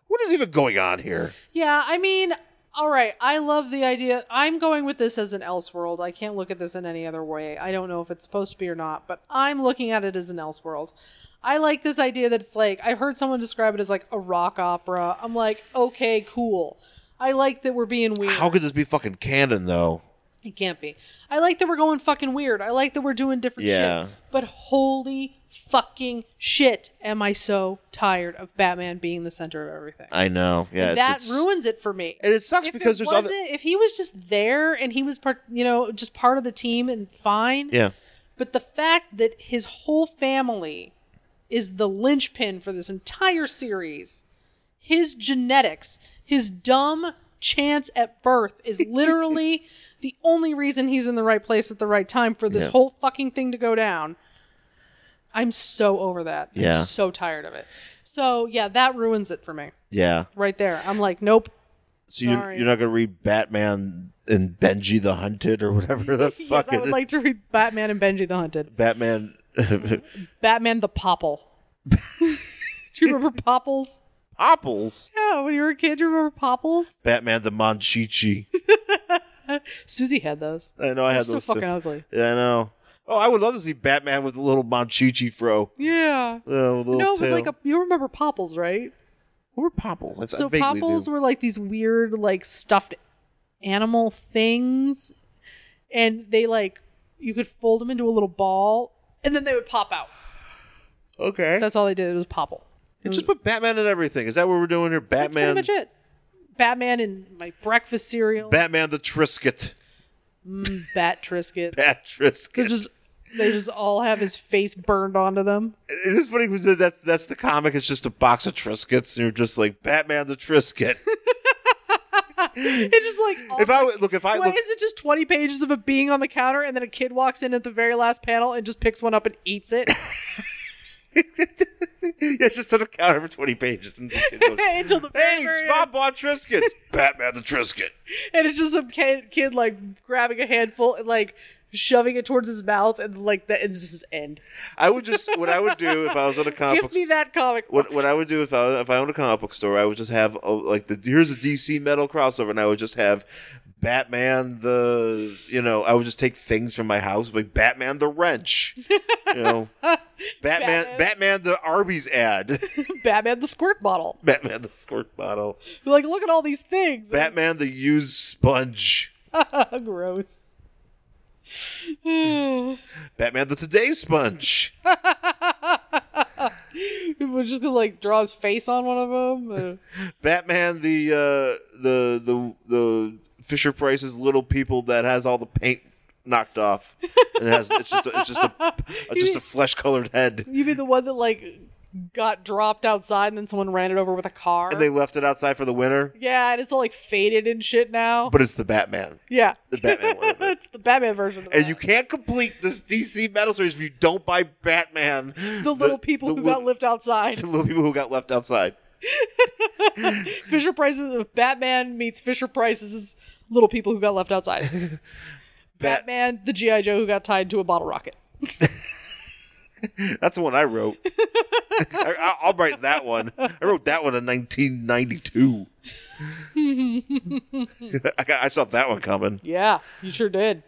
Speaker 2: What is even going on here?
Speaker 1: Yeah, I mean, all right, I love the idea. I'm going with this as an Elseworld. I can't look at this in any other way. I don't know if it's supposed to be or not, but I'm looking at it as an Elseworld. I like this idea that it's like I've heard someone describe it as like a rock opera. I'm like, okay, cool. I like that we're being weird.
Speaker 2: How could this be fucking canon though?
Speaker 1: It can't be. I like that we're going fucking weird. I like that we're doing different
Speaker 2: Yeah.
Speaker 1: shit. But holy fucking shit, am I so tired of Batman being the center of everything?
Speaker 2: I know. Yeah,
Speaker 1: that ruins it for me.
Speaker 2: And it sucks
Speaker 1: If
Speaker 2: because there's other-
Speaker 1: wasn't- If he was just there and he was part, you know, just part of the team and fine.
Speaker 2: Yeah.
Speaker 1: But the fact that his whole family is the linchpin for this entire series, his genetics, his dumb chance at birth is literally the only reason he's in the right place at the right time for this
Speaker 2: Yeah.
Speaker 1: whole fucking thing to go down. I'm so over that.
Speaker 2: Yeah.
Speaker 1: I'm so tired of it. So, yeah, that ruins it for me
Speaker 2: Yeah.
Speaker 1: right there. I'm like, nope.
Speaker 2: So you,
Speaker 1: Sorry.
Speaker 2: you're not gonna read Batman and Benji the Hunted or whatever the fuck
Speaker 1: Yes, I
Speaker 2: it
Speaker 1: would
Speaker 2: is.
Speaker 1: like to read Batman and Benji the Hunted.
Speaker 2: Batman.
Speaker 1: Batman the Popple. Do you remember Popples?
Speaker 2: Apples.
Speaker 1: Yeah, when you were a kid, do you remember Popples?
Speaker 2: Batman the Monchichi.
Speaker 1: Susie had those.
Speaker 2: I know I had
Speaker 1: so
Speaker 2: those
Speaker 1: fucking
Speaker 2: too.
Speaker 1: ugly.
Speaker 2: Yeah, I know. Oh, I would love to see Batman with a little Monchichi fro.
Speaker 1: Yeah.
Speaker 2: Uh, little
Speaker 1: No, but
Speaker 2: tail.
Speaker 1: like a, you remember Popples, right?
Speaker 2: What were popples? I, I
Speaker 1: So
Speaker 2: vaguely
Speaker 1: Popples
Speaker 2: do.
Speaker 1: were like these weird, like stuffed animal things, and they like you could fold them into a little ball, and then they would pop out.
Speaker 2: okay.
Speaker 1: That's all they did. It was Popple.
Speaker 2: You just put Batman in everything. Is that what we're doing here?
Speaker 1: That's pretty
Speaker 2: Batman.
Speaker 1: much it. Batman and my breakfast cereal.
Speaker 2: Batman the Trisket.
Speaker 1: bat Triscuit.
Speaker 2: Bat
Speaker 1: They're
Speaker 2: Trisket.
Speaker 1: just they just all have his face burned onto them.
Speaker 2: It is funny because that's that's the comic. It's just a box of Triscuits, and you're just like Batman the Trisket.
Speaker 1: It's just like all
Speaker 2: if I would- look, if I
Speaker 1: why
Speaker 2: look,
Speaker 1: is it just twenty pages of it being on the counter and then a kid walks in at the very last panel and just picks one up and eats it
Speaker 2: yeah, it's just on the counter for twenty pages, and the kid goes,
Speaker 1: until the very,
Speaker 2: "Hey,
Speaker 1: very
Speaker 2: Bob
Speaker 1: end.
Speaker 2: bought Triscuits. Batman the Trisket."
Speaker 1: and it's just some kid, kid like grabbing a handful and like shoving it towards his mouth, and like that is his end.
Speaker 2: I would just what I would do if I was on a comic
Speaker 1: Give
Speaker 2: book
Speaker 1: me that comic. book.
Speaker 2: Uh, What, what I would do if I if I owned a comic book store, I would just have oh, like the here's a DC metal crossover, and I would just have Batman the you know I would just take things from my house like Batman the wrench, you know, Batman
Speaker 1: Batman.
Speaker 2: Batman, the Arby's ad,
Speaker 1: Batman the squirt bottle.
Speaker 2: Batman the squirt bottle,
Speaker 1: You're like, look at all these things.
Speaker 2: Batman the used sponge,
Speaker 1: Gross. We're
Speaker 2: Batman the Today sponge.
Speaker 1: just gonna like draw his face on one of them.
Speaker 2: Batman the uh, the the the Fisher Price's little people that has all the paint knocked off. And it has it's just a, it's just a, a just a flesh colored head.
Speaker 1: you mean the one that like got dropped outside and then someone ran it over with a car?
Speaker 2: And they left it outside for the winter,
Speaker 1: yeah, and it's all like faded and shit now.
Speaker 2: but it's the Batman.
Speaker 1: yeah,
Speaker 2: The Batman one. of it.
Speaker 1: it's the Batman version. Of
Speaker 2: And
Speaker 1: that.
Speaker 2: you can't complete this DC metal series if you don't buy Batman.
Speaker 1: the little people
Speaker 2: the
Speaker 1: who
Speaker 2: lit-
Speaker 1: got left outside.
Speaker 2: the little people who got left outside.
Speaker 1: Fisher Price's if Batman meets Fisher Price's little people who got left outside.
Speaker 2: Bat-
Speaker 1: Batman, the GI Joe who got tied to a bottle rocket.
Speaker 2: That's the one I wrote. I, I- I'll write that one. I wrote that one in 1992. I, got, I saw that one coming.
Speaker 1: Yeah, you sure did.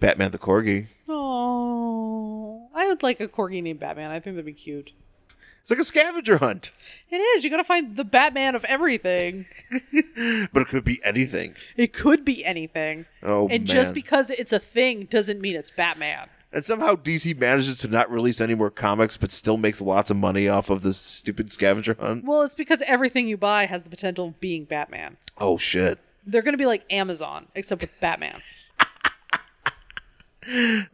Speaker 2: Batman the Corgi.
Speaker 1: Oh, I would like a corgi named Batman. I think that'd be cute.
Speaker 2: It's like a scavenger hunt,
Speaker 1: It is. You gotta find the Batman of everything.
Speaker 2: but it could be anything.
Speaker 1: It could be anything.
Speaker 2: Oh
Speaker 1: and
Speaker 2: man!
Speaker 1: just because it's a thing doesn't mean it's Batman.
Speaker 2: and somehow DC manages to not release any more comics, but still makes lots of money off of this stupid scavenger hunt.
Speaker 1: Well, it's because everything you buy has the potential of being Batman.
Speaker 2: Oh shit!
Speaker 1: They're gonna be like Amazon, except with Batman.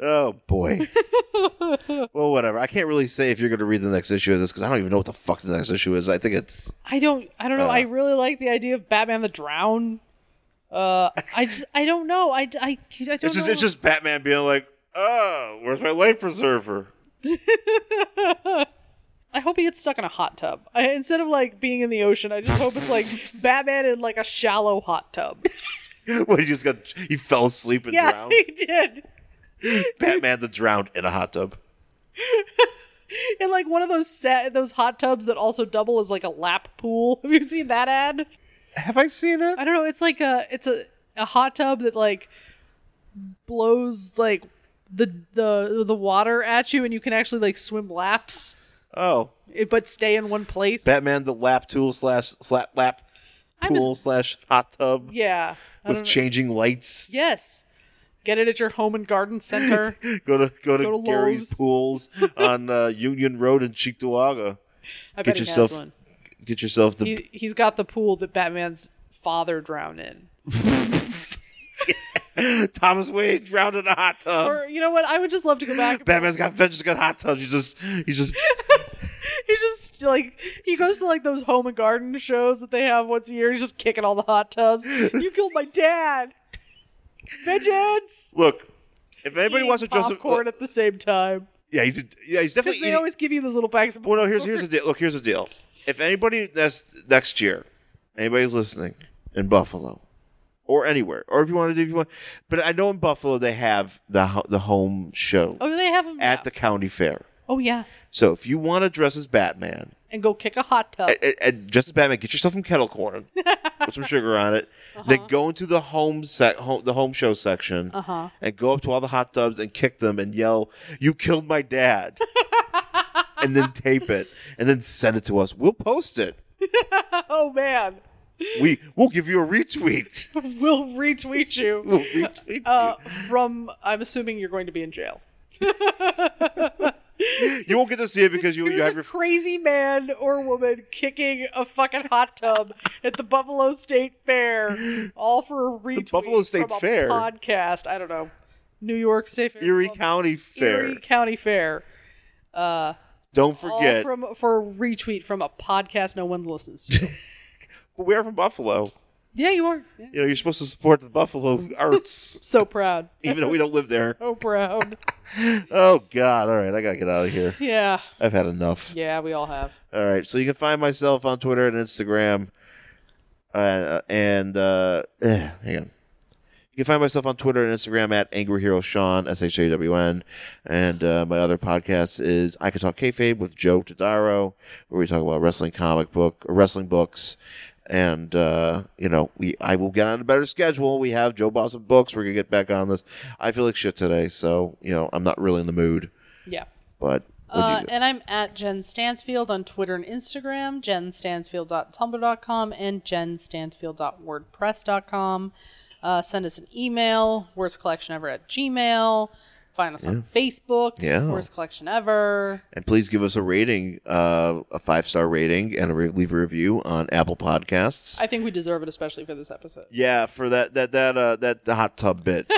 Speaker 2: Oh boy. well, whatever. I can't really say if you're going to read the next issue of this because I don't even know what the fuck the next issue is. I think it's
Speaker 1: I don't I don't know.
Speaker 2: Uh.
Speaker 1: I really like the idea of Batman the Drown. Uh, I just I don't know. I, I, I don't
Speaker 2: it's just
Speaker 1: know.
Speaker 2: it's just Batman being like, oh, where's my life preserver?
Speaker 1: I hope he gets stuck in a hot tub. I, instead of like being in the ocean, I just hope it's like Batman in like a shallow hot tub.
Speaker 2: What he just got? He fell asleep and
Speaker 1: Yeah,
Speaker 2: drowned.
Speaker 1: he did.
Speaker 2: Batman the drowned in a hot tub.
Speaker 1: In like one of those set those hot tubs that also double as like a lap pool. Have you seen that ad?
Speaker 2: Have I seen it?
Speaker 1: I don't know. It's like a it's a, a hot tub that like blows like the the the water at you, and you can actually like swim laps,
Speaker 2: Oh,
Speaker 1: it- but stay in one place.
Speaker 2: Batman the lap tool slash slap lap
Speaker 1: I'm
Speaker 2: pool
Speaker 1: just-
Speaker 2: slash hot tub
Speaker 1: yeah. I
Speaker 2: with
Speaker 1: don't know.
Speaker 2: changing lights.
Speaker 1: yes. Get it at your home and garden center.
Speaker 2: Go to go to,
Speaker 1: Go to
Speaker 2: Gary's
Speaker 1: Lowe's.
Speaker 2: pools on uh, Union Road in Cheektowaga.
Speaker 1: I
Speaker 2: Get
Speaker 1: bet
Speaker 2: yourself-
Speaker 1: he has one.
Speaker 2: Get yourself the
Speaker 1: He, he's got the pool that Batman's father drowned in.
Speaker 2: Thomas Wayne drowned in a hot tub.
Speaker 1: Or you know what? I would just love to go back.
Speaker 2: Batman's got vengeance, got hot tubs. You just you just
Speaker 1: He just like he goes to like those home and garden shows that they have once a year. He's just kicking all the hot tubs. You killed my dad. Vengeance.
Speaker 2: look. If anybody
Speaker 1: Eating
Speaker 2: wants to Joseph, uh,
Speaker 1: popcorn at the same time
Speaker 2: yeah, he's yeah, he's definitely.
Speaker 1: because they
Speaker 2: eating-
Speaker 1: always give you those little packs. Of
Speaker 2: Well, no, here's here's the deal. Look, here's the deal. If anybody next next year, anybody's listening in Buffalo, or anywhere, or if you want to do, if you want, but I know in Buffalo they have the ho- the home show
Speaker 1: oh, they have them
Speaker 2: at
Speaker 1: now.
Speaker 2: the county fair.
Speaker 1: Oh yeah,
Speaker 2: So if you want to dress as Batman,
Speaker 1: and go kick a hot tub.
Speaker 2: and, and dress as Batman, get yourself some kettle corn, put some sugar on it.
Speaker 1: Uh-huh.
Speaker 2: Then go into the home set, home, the home show section,
Speaker 1: Uh-huh.
Speaker 2: and go up to all the hot tubs and kick them and yell, "You killed my dad!" and then tape it and then send it to us. We'll post it.
Speaker 1: oh man,
Speaker 2: We we'll give you a retweet.
Speaker 1: we'll retweet you
Speaker 2: We'll retweet
Speaker 1: uh, from. I'm assuming you're going to be in jail.
Speaker 2: you. You won't get to see it because you you
Speaker 1: Here's
Speaker 2: have
Speaker 1: a
Speaker 2: your
Speaker 1: crazy man or woman kicking a fucking hot tub at the Buffalo State Fair, all for a retweet
Speaker 2: Buffalo State
Speaker 1: from a
Speaker 2: Fair?
Speaker 1: podcast. I don't know, New York State Fair,
Speaker 2: Erie
Speaker 1: Buff-
Speaker 2: County Fair.
Speaker 1: Erie County Fair.
Speaker 2: Don't
Speaker 1: All
Speaker 2: forget,
Speaker 1: from for a retweet from a podcast no one listens to.
Speaker 2: we are from Buffalo.
Speaker 1: yeah, you are Yeah.
Speaker 2: You know, you're supposed to support the Buffalo arts,
Speaker 1: so proud,
Speaker 2: even though we don't live there.
Speaker 1: so proud.
Speaker 2: Oh God! All right, I gotta get out of here.
Speaker 1: Yeah,
Speaker 2: I've had enough.
Speaker 1: yeah, we all have.
Speaker 2: All right, so you can find myself on Twitter and Instagram, uh, and uh, eh, hang on. You can find myself on Twitter and Instagram at Angry Hero Sean, S H A W N. And uh, my other podcast is I Can Talk Kayfabe with Joe Todaro, where we talk about wrestling comic book, or wrestling books. And, uh, you know, we I will get on a better schedule. We have Joe Boston books. We're going to get back on this. I feel like shit today. So, you know, I'm not really in the mood.
Speaker 1: Yeah.
Speaker 2: But what do you
Speaker 1: Uh,
Speaker 2: do?
Speaker 1: and I'm at Jen Stansfield on Twitter and Instagram, jenstansfield.tumblr.com and jenstansfield.wordpress.com. Uh, send us an email, worst collection ever at Gmail. Find us on Facebook,
Speaker 2: Yeah.
Speaker 1: worst collection ever.
Speaker 2: And please give us a rating, uh, a five star rating, and a re- leave a review on Apple Podcasts.
Speaker 1: I think we deserve it, especially for this episode.
Speaker 2: yeah, for that that that uh, that the hot tub bit.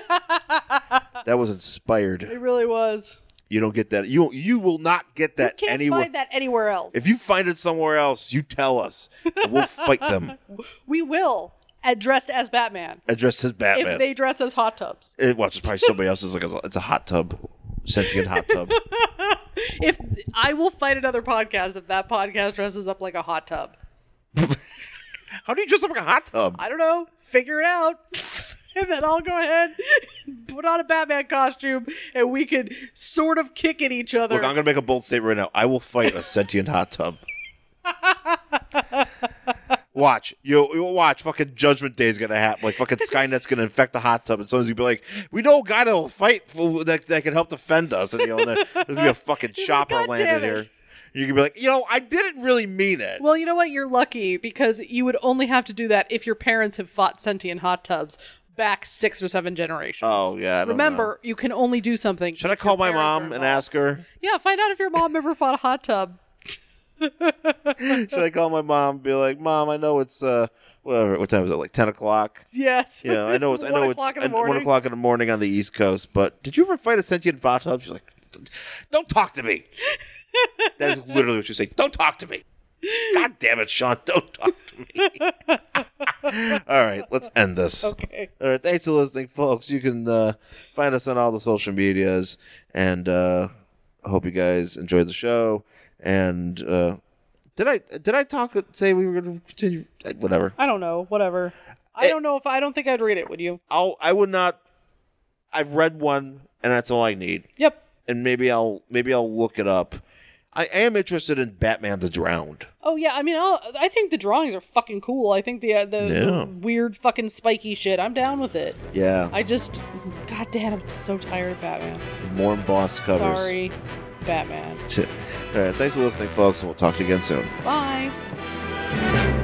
Speaker 2: that was inspired.
Speaker 1: It really was.
Speaker 2: You don't get that. You you will not get that
Speaker 1: Can't
Speaker 2: anywhere.
Speaker 1: find that anywhere else.
Speaker 2: If you find it somewhere else, you tell us. and we'll fight them.
Speaker 1: we will, uh, dressed as Batman,
Speaker 2: Address his
Speaker 1: if
Speaker 2: Batman.
Speaker 1: they dress as hot tubs.
Speaker 2: it, well, it's probably somebody else's. Like a, it's a hot tub, sentient hot tub.
Speaker 1: If I will fight another podcast if that podcast dresses up like a hot tub.
Speaker 2: How do you dress up like a hot tub?
Speaker 1: I don't know. Figure it out. and then I'll go ahead, put on a Batman costume, and we could sort of kick at each other.
Speaker 2: Look, I'm gonna make a bold statement right now. I will fight a sentient hot tub. Watch, you, you watch. Fucking Judgment Day is gonna happen. Like fucking Skynet's gonna infect the hot tub, and someone's gonna be like, "We know a guy that will fight for, that that can help defend us." And you know, there- there's gonna be a fucking chopper
Speaker 1: "God damn it."
Speaker 2: landed here. You're gonna be like, "You know, I didn't really mean it."
Speaker 1: well, you know what? You're lucky because you would only have to do that if your parents have fought sentient hot tubs back six or seven generations.
Speaker 2: oh yeah. I don't know.
Speaker 1: Remember, you can only do something.
Speaker 2: should I
Speaker 1: if
Speaker 2: call
Speaker 1: your
Speaker 2: my
Speaker 1: parents are
Speaker 2: mom and
Speaker 1: involved.
Speaker 2: ask her?
Speaker 1: Yeah, find out if your mom ever fought a hot tub.
Speaker 2: Should I call my mom? and Be like, "Mom, I know it's uh, whatever. What time is it? Like ten o'clock."
Speaker 1: Yes.
Speaker 2: Yeah, I know it's I
Speaker 1: One
Speaker 2: know it's
Speaker 1: o'clock in the
Speaker 2: I- one
Speaker 1: morning.
Speaker 2: o'clock in the morning on the East Coast. But did you ever fight a sentient hot tub? She's like, "Don't talk to me." that is literally what you say. Don't talk to me. God damn it, Sean! Don't talk to me. all right, let's end this.
Speaker 1: Okay.
Speaker 2: All right, thanks for listening, folks. You can uh, find us on all the social medias, and uh, I hope you guys enjoyed the show. And uh, did I did I talk say we were going to continue? Whatever.
Speaker 1: I don't know. Whatever. I
Speaker 2: It-
Speaker 1: don't know if I don't think I'd read it. Would you?
Speaker 2: I'll I would not. I've read one, and that's all I need.
Speaker 1: Yep.
Speaker 2: And maybe I'll maybe I'll look it up. I am interested in Batman the Drowned.
Speaker 1: Oh yeah. I mean, I'll, I think the drawings are fucking cool. I think the uh, the,
Speaker 2: Yeah.
Speaker 1: the weird fucking spiky shit. I'm down with it.
Speaker 2: Yeah,
Speaker 1: I just, God damn, I'm so tired of Batman.
Speaker 2: more boss covers.
Speaker 1: Sorry, Batman.
Speaker 2: All right, thanks for listening, folks, and we'll talk to you again soon.
Speaker 1: Bye.